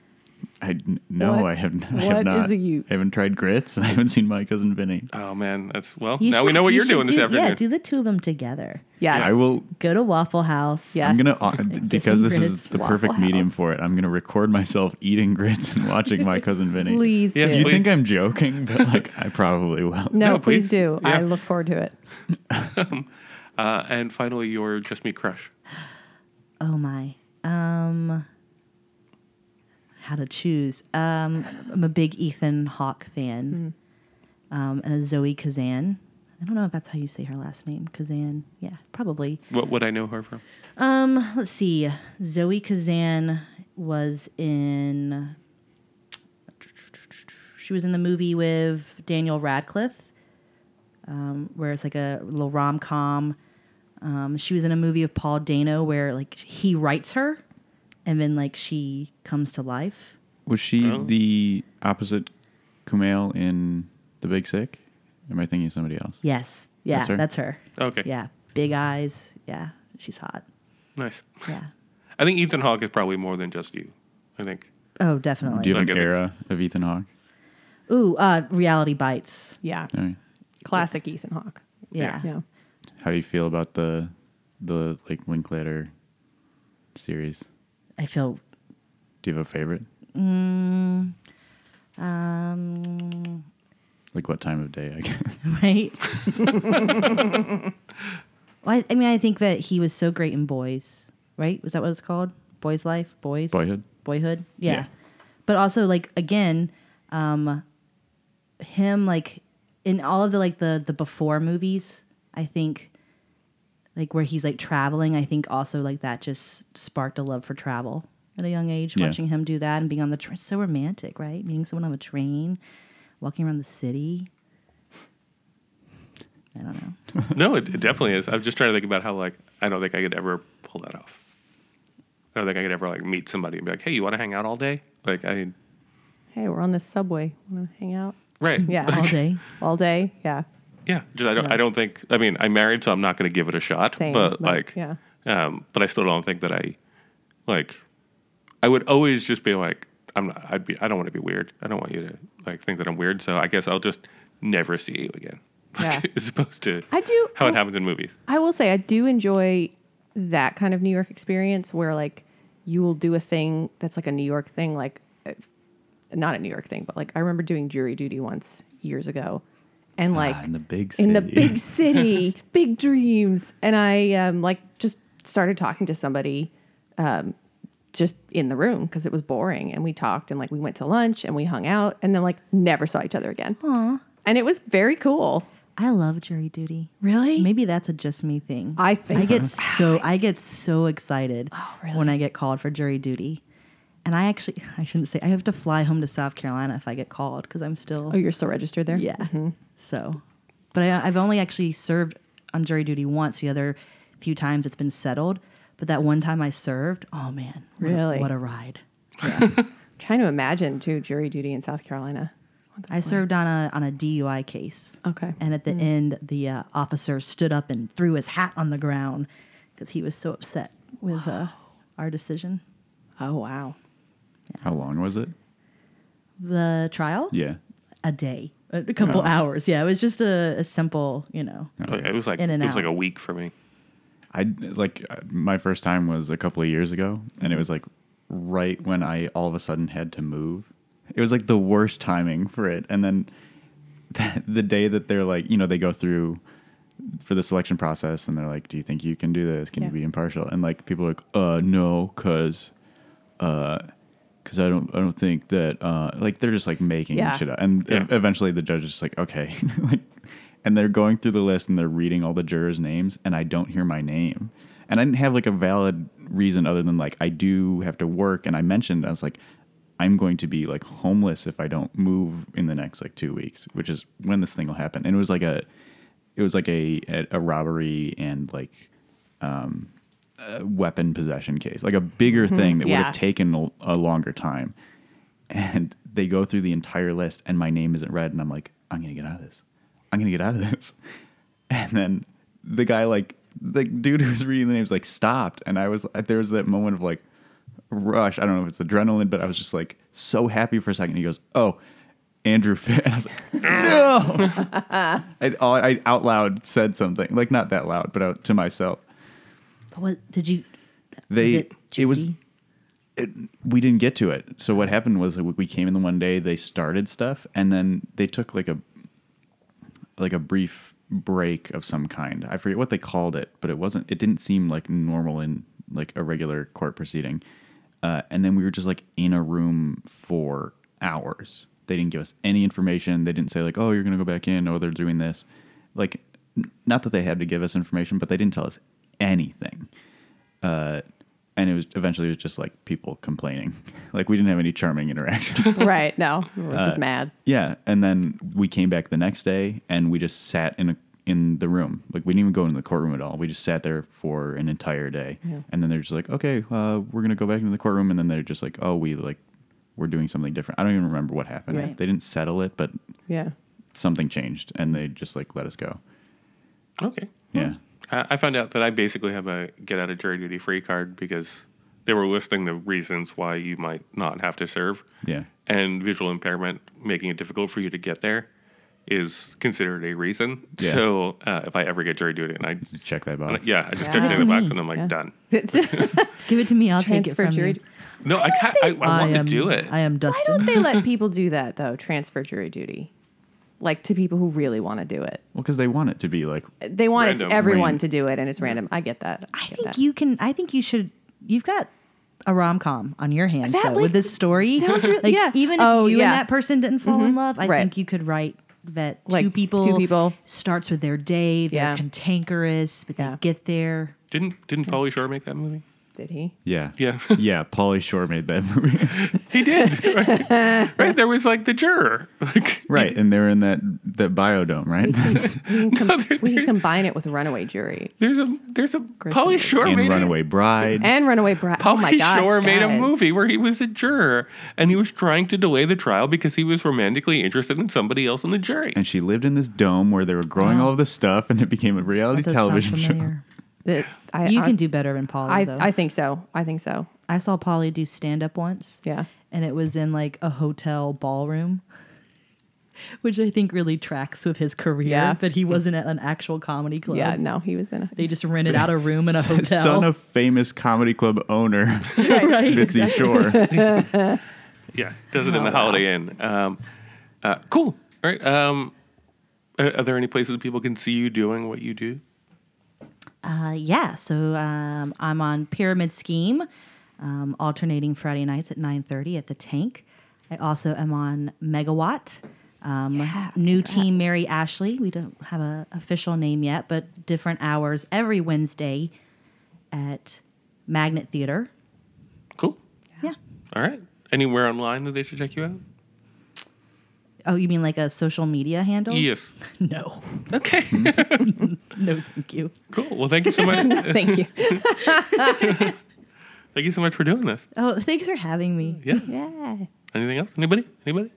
[SPEAKER 2] I n- no,
[SPEAKER 3] What-
[SPEAKER 2] I haven't. I
[SPEAKER 3] what
[SPEAKER 2] have
[SPEAKER 3] is
[SPEAKER 2] not.
[SPEAKER 3] a you-
[SPEAKER 2] I haven't tried grits, and I haven't seen my cousin Vinny.
[SPEAKER 1] Oh man, that's well.
[SPEAKER 4] You
[SPEAKER 1] now we
[SPEAKER 4] should-
[SPEAKER 1] know what
[SPEAKER 4] you
[SPEAKER 1] you are
[SPEAKER 4] should
[SPEAKER 1] doing this
[SPEAKER 4] do-
[SPEAKER 1] afternoon.
[SPEAKER 4] Yeah, do the two of them together.
[SPEAKER 3] Yes.
[SPEAKER 2] I will.
[SPEAKER 4] Go to Waffle House.
[SPEAKER 3] Yeah.
[SPEAKER 2] I'm gonna
[SPEAKER 3] Yes.
[SPEAKER 2] uh, d- because this is
[SPEAKER 4] grits.
[SPEAKER 2] the
[SPEAKER 3] Waffle
[SPEAKER 2] perfect medium
[SPEAKER 3] House.
[SPEAKER 2] for it. I'm gonna record myself eating grits and watching my cousin Vinny.
[SPEAKER 3] Please
[SPEAKER 1] Yeah,
[SPEAKER 3] do.
[SPEAKER 2] You
[SPEAKER 1] Please.
[SPEAKER 2] think I'm joking, but like I probably will.
[SPEAKER 3] No,
[SPEAKER 1] No,
[SPEAKER 3] please,
[SPEAKER 1] please.
[SPEAKER 3] do. I
[SPEAKER 1] Yeah.
[SPEAKER 3] look forward to it.
[SPEAKER 1] uh, and finally, your Just Me crush.
[SPEAKER 4] Oh my. Um how to choose. Um I'm a big Ethan Hawke fan. Um and a Zoe Kazan. I don't know if that's how you say her last name. Kazan. Yeah, probably.
[SPEAKER 1] What would I know her from?
[SPEAKER 4] Um let's see. Zoe Kazan was in she was in the movie with Daniel Radcliffe, um, where it's like a little rom com. Um, she was in a movie of Paul Dano where like he writes her, and then like she comes to life.
[SPEAKER 2] Was she
[SPEAKER 1] Oh.
[SPEAKER 2] the opposite Kumail in The Big Sick? Am I thinking of somebody else?
[SPEAKER 4] Yes, yeah,
[SPEAKER 2] That's her?
[SPEAKER 4] that's her.
[SPEAKER 1] Okay.
[SPEAKER 4] Yeah, big eyes. Yeah, she's hot.
[SPEAKER 1] Nice.
[SPEAKER 4] Yeah.
[SPEAKER 1] I think Ethan Hawke is probably more than just you. I think.
[SPEAKER 4] Oh, definitely.
[SPEAKER 2] Do you have
[SPEAKER 1] Like
[SPEAKER 2] an
[SPEAKER 1] a-
[SPEAKER 2] era of Ethan Hawke?
[SPEAKER 4] Ooh, uh, reality bites.
[SPEAKER 3] Yeah.
[SPEAKER 2] All right.
[SPEAKER 3] Classic Ethan Hawke.
[SPEAKER 4] Yeah.
[SPEAKER 3] Yeah.
[SPEAKER 2] How do you feel about the the like Linklater series?
[SPEAKER 4] I feel.
[SPEAKER 2] Do you have a favorite?
[SPEAKER 4] Mm, um,
[SPEAKER 2] Like what time of day? I guess.
[SPEAKER 4] right? well, I, I mean, I think that he was so great in Boys, right? Was that what it's called? Boys Life, Boys
[SPEAKER 2] Boyhood.
[SPEAKER 4] Boyhood, yeah.
[SPEAKER 2] Yeah.
[SPEAKER 4] But also, like again, um, him like in all of the like the the before movies, I think like where he's like traveling. I think also like that just sparked a love for travel at a young age.
[SPEAKER 2] Yeah.
[SPEAKER 4] Watching him do that and being on the train, It's so romantic, right? Meeting someone on a train, walking around the city. I don't know.
[SPEAKER 1] no, it, it definitely is. I'm just trying to think about how like I don't think I could ever pull that off. I don't think I could ever like meet somebody and be like, "Hey, you want to hang out all day?" Like I,
[SPEAKER 3] Hey, we're on this subway. Want to hang out
[SPEAKER 1] right?
[SPEAKER 3] Yeah.
[SPEAKER 4] all day.
[SPEAKER 3] all day? Yeah.
[SPEAKER 1] Yeah. Just I don't. I don't think. I mean, I'm married, so I'm not going to give it a shot.
[SPEAKER 3] Same.
[SPEAKER 1] But
[SPEAKER 3] Like,
[SPEAKER 1] like,
[SPEAKER 3] yeah.
[SPEAKER 1] Um, but I still don't think that I, like, I would always just be like, I'm not. I'd be. I don't want to be weird. I don't want you to like think that I'm weird. So I guess I'll just never see you again.
[SPEAKER 3] Yeah.
[SPEAKER 1] As opposed to
[SPEAKER 3] I do-
[SPEAKER 1] how it happens in movies.
[SPEAKER 3] I will say I do enjoy that kind of New York experience where like you will do a thing that's like a New York thing, like uh, not a New York thing, but like I remember doing jury duty once years ago, and like
[SPEAKER 2] Ah, in the big
[SPEAKER 3] in the
[SPEAKER 2] city.
[SPEAKER 3] big city, big dreams, and I um like just started talking to somebody um, just in the room because it was boring. And we talked and like we went to lunch and we hung out and then like never saw each other again. And it was very cool.
[SPEAKER 4] I love jury duty.
[SPEAKER 3] Really?
[SPEAKER 4] Maybe that's a just me thing.
[SPEAKER 3] I think- Oh,
[SPEAKER 4] I get so I get so excited
[SPEAKER 3] really?
[SPEAKER 4] when I get called for jury duty. And I actually I shouldn't say I have to fly home to South Carolina if I get called because I'm
[SPEAKER 3] Oh,
[SPEAKER 4] still
[SPEAKER 3] Mm-hmm. you're still registered there?
[SPEAKER 4] yeah. So, but I, I've only actually served on jury duty once. The other few times it's been settled. But that one time I served, oh man, what a-
[SPEAKER 3] Really?
[SPEAKER 4] what a ride!
[SPEAKER 3] trying to imagine too jury duty in South Carolina.
[SPEAKER 4] I served on a on a DUI case.
[SPEAKER 3] Okay.
[SPEAKER 4] And at the end, the uh, officer stood up and threw his hat on the ground because he was so upset with uh, our decision.
[SPEAKER 3] Oh, wow.
[SPEAKER 2] How long was it?
[SPEAKER 4] The trial?
[SPEAKER 2] Yeah.
[SPEAKER 4] A day, a a couple hours. Yeah, it was just a, a simple, you know.
[SPEAKER 1] Like, it was like
[SPEAKER 4] In
[SPEAKER 1] it
[SPEAKER 4] and
[SPEAKER 1] was like
[SPEAKER 4] out.
[SPEAKER 1] a week for me.
[SPEAKER 2] I like uh, my first time was a couple of years ago, and it was like right when I all of a sudden had to move, it was like the worst timing for it. And then that, the day that they're like, you know, they go through for the selection process and they're like, do you think you can do this? Can you
[SPEAKER 3] Yeah.
[SPEAKER 2] be impartial? And like people are like, uh, no, cause, uh, cause I don't, I don't think that, uh, like they're just like making
[SPEAKER 3] Yeah.
[SPEAKER 2] shit up. And
[SPEAKER 1] Yeah.
[SPEAKER 2] e- eventually the judge is just like, okay, like, and they're going through the list and they're reading all the jurors' names and I don't hear my name. And I didn't have like a valid reason other than like I do have to work. And I mentioned I was like, I'm going to be like homeless if I don't move in the next like two weeks, which is when this thing will happen. And it was like a, it was like a a, a robbery and like um, a weapon possession case, like a bigger thing that would
[SPEAKER 3] Yeah.
[SPEAKER 2] have taken a, a longer time. And they go through the entire list, and my name isn't read, and I'm like, I'm gonna get out of this. I'm gonna get out of this. And then the guy, like the dude who was reading the names, like stopped, and I was there was that moment of like rush. I don't know if it's adrenaline, but I was just like so happy for a second. He goes, "Oh, Andrew Fair," and I was like, I, I out loud said something like not that loud, but out to myself.
[SPEAKER 4] But what did you?
[SPEAKER 2] They
[SPEAKER 4] Is it
[SPEAKER 2] was
[SPEAKER 4] juicy?
[SPEAKER 2] it, we didn't get to it. So what happened was that we we came in the one day, they started stuff, and then they took like a like a brief break of some kind. I forget what they called it, but it wasn't. It didn't seem like normal in like a regular court proceeding. Uh, and then we were just like in a room for hours. They didn't give us any information. They didn't say like, "Oh, you're gonna go back in," or "They're doing this." Like, n- not that they had to give us information, but they didn't tell us anything. Uh, and it was eventually it was just like people complaining. Like we didn't have any charming interactions.
[SPEAKER 3] right. No, I was just mad.
[SPEAKER 2] Yeah, and then we came back the next day and we just sat in a in the room. Like we didn't even go into the courtroom at all. We just sat there for an entire day. And then they're just like, "Okay, uh, we're gonna go back into the courtroom." And then they're just like, "Oh, we like we're doing something different." I don't even remember what happened.
[SPEAKER 4] Right.
[SPEAKER 2] They didn't settle it, but
[SPEAKER 3] Yeah.
[SPEAKER 2] something changed, and they just like let us go.
[SPEAKER 1] Okay.
[SPEAKER 2] Yeah,
[SPEAKER 1] I, I found out that I basically have a get out of jury duty free card because they were listing the reasons why you might not have to serve.
[SPEAKER 2] yeah,
[SPEAKER 1] And visual impairment making it difficult for you to get there is considered a reason.
[SPEAKER 2] Yeah.
[SPEAKER 1] So uh, if I ever get jury duty, and I,
[SPEAKER 2] Just check that
[SPEAKER 1] and I-
[SPEAKER 2] box.
[SPEAKER 1] yeah, I just
[SPEAKER 3] Yeah.
[SPEAKER 1] took it in the
[SPEAKER 4] That's
[SPEAKER 1] box
[SPEAKER 4] me.
[SPEAKER 1] and I'm like
[SPEAKER 3] Yeah.
[SPEAKER 1] done.
[SPEAKER 4] Give it to me. I'll take it
[SPEAKER 3] Transfer
[SPEAKER 4] from
[SPEAKER 3] jury.
[SPEAKER 4] you.
[SPEAKER 1] No, I can't. I, I, want
[SPEAKER 3] um,
[SPEAKER 4] am,
[SPEAKER 1] to do it.
[SPEAKER 4] I am
[SPEAKER 3] Why
[SPEAKER 4] Dustin.
[SPEAKER 3] don't they let people do that though? Transfer jury duty, like to people who really want to do it.
[SPEAKER 2] Well, because they want it to be like
[SPEAKER 3] They want it's
[SPEAKER 1] Random.
[SPEAKER 3] everyone
[SPEAKER 2] Random.
[SPEAKER 3] to do it, and it's random. I get that.
[SPEAKER 4] I
[SPEAKER 3] get
[SPEAKER 4] think
[SPEAKER 3] that.
[SPEAKER 4] you can. I think you should. You've got a rom com on your hands
[SPEAKER 3] That,
[SPEAKER 4] though,
[SPEAKER 3] like,
[SPEAKER 4] with this story.
[SPEAKER 3] sounds really-
[SPEAKER 4] like,
[SPEAKER 3] yeah.
[SPEAKER 4] Even
[SPEAKER 3] Oh,
[SPEAKER 4] if you
[SPEAKER 3] yeah. Mm-hmm.
[SPEAKER 4] and that person didn't fall in love, I
[SPEAKER 3] Right.
[SPEAKER 4] think you could write that two
[SPEAKER 3] Like,
[SPEAKER 4] people.
[SPEAKER 3] two people.
[SPEAKER 4] starts with their day. They're
[SPEAKER 3] Yeah.
[SPEAKER 4] cantankerous, but
[SPEAKER 3] Yeah.
[SPEAKER 4] they get there.
[SPEAKER 1] Didn't didn't Pauly Shore make that movie?
[SPEAKER 3] Did he?
[SPEAKER 2] yeah,
[SPEAKER 1] Yeah.
[SPEAKER 2] yeah. Polly Shore made that movie.
[SPEAKER 1] He did. Right? right? There was like the juror. Like
[SPEAKER 2] Right, and they were in that that biodome, right?
[SPEAKER 3] We can, com-
[SPEAKER 1] there-
[SPEAKER 3] we can combine it with Runaway Jury
[SPEAKER 1] there's a there's a Pauly Shore
[SPEAKER 2] and
[SPEAKER 1] made a-
[SPEAKER 2] Runaway Bride.
[SPEAKER 3] and Runaway Bride. Oh
[SPEAKER 1] Pauly
[SPEAKER 3] my gosh!
[SPEAKER 1] Shore made a
[SPEAKER 3] guys.
[SPEAKER 1] movie where he was a juror and he was trying to delay the trial because he was romantically interested in somebody else on the jury.
[SPEAKER 2] and she lived in this dome where they were growing all of this stuff, and it became a reality
[SPEAKER 4] That does
[SPEAKER 2] television
[SPEAKER 4] sound
[SPEAKER 2] show.
[SPEAKER 4] familiar.
[SPEAKER 3] That- I,
[SPEAKER 4] You
[SPEAKER 3] I-
[SPEAKER 4] can do better than Polly
[SPEAKER 3] I,
[SPEAKER 4] though.
[SPEAKER 3] I think so. I think so.
[SPEAKER 4] I saw Polly do stand up once.
[SPEAKER 3] Yeah.
[SPEAKER 4] And it was in like a hotel ballroom, which I think really tracks with his career.
[SPEAKER 3] Yeah.
[SPEAKER 4] But he wasn't at an actual comedy club.
[SPEAKER 3] Yeah. No, he was in a.
[SPEAKER 4] They just rented out a room in a hotel.
[SPEAKER 2] Son of famous comedy club owner
[SPEAKER 4] right.
[SPEAKER 2] Bitsy Shore.
[SPEAKER 1] Yeah, does it in the Holiday Inn. Um, uh, cool. All right. Um, are, are there any places people can see you doing what you do?
[SPEAKER 4] Uh, yeah, so um, I'm on Pyramid Scheme, um, alternating Friday nights at 9:30 at the Tank. I also am on Megawatt. Um,
[SPEAKER 3] Yeah,
[SPEAKER 4] new team Mary Ashley. We don't have a official name yet, but different hours every Wednesday at Magnet Theater.
[SPEAKER 1] Cool.
[SPEAKER 4] Yeah.
[SPEAKER 1] All right. Anywhere online that they should check you out?
[SPEAKER 4] Oh, you mean like a social media handle?
[SPEAKER 1] Yes.
[SPEAKER 4] No.
[SPEAKER 1] E Okay.
[SPEAKER 4] No, thank you.
[SPEAKER 1] cool. Well, thank you so much.
[SPEAKER 3] Thank you.
[SPEAKER 1] Thank you so much for doing this.
[SPEAKER 4] Oh, thanks for having me.
[SPEAKER 1] Yeah.
[SPEAKER 3] yeah.
[SPEAKER 1] Anything else? Anybody? Anybody?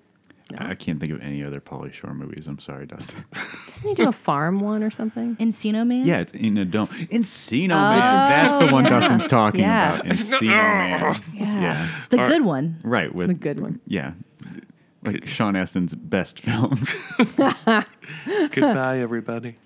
[SPEAKER 2] I can't think of any other Polly Shore movies. I'm sorry, Dustin.
[SPEAKER 3] Doesn't he do a farm one or something?
[SPEAKER 4] Encino Man.
[SPEAKER 2] Yeah, it's in a dome. Encino Man. That's the one Dustin's talking
[SPEAKER 3] Oh. Yeah.
[SPEAKER 2] about. Encino Man.
[SPEAKER 3] Yeah.
[SPEAKER 2] Yeah.
[SPEAKER 4] the
[SPEAKER 1] All right.
[SPEAKER 4] good one.
[SPEAKER 2] Right. With
[SPEAKER 3] The good one.
[SPEAKER 2] Yeah. Like Sean Astin's best film.
[SPEAKER 1] Goodbye, everybody.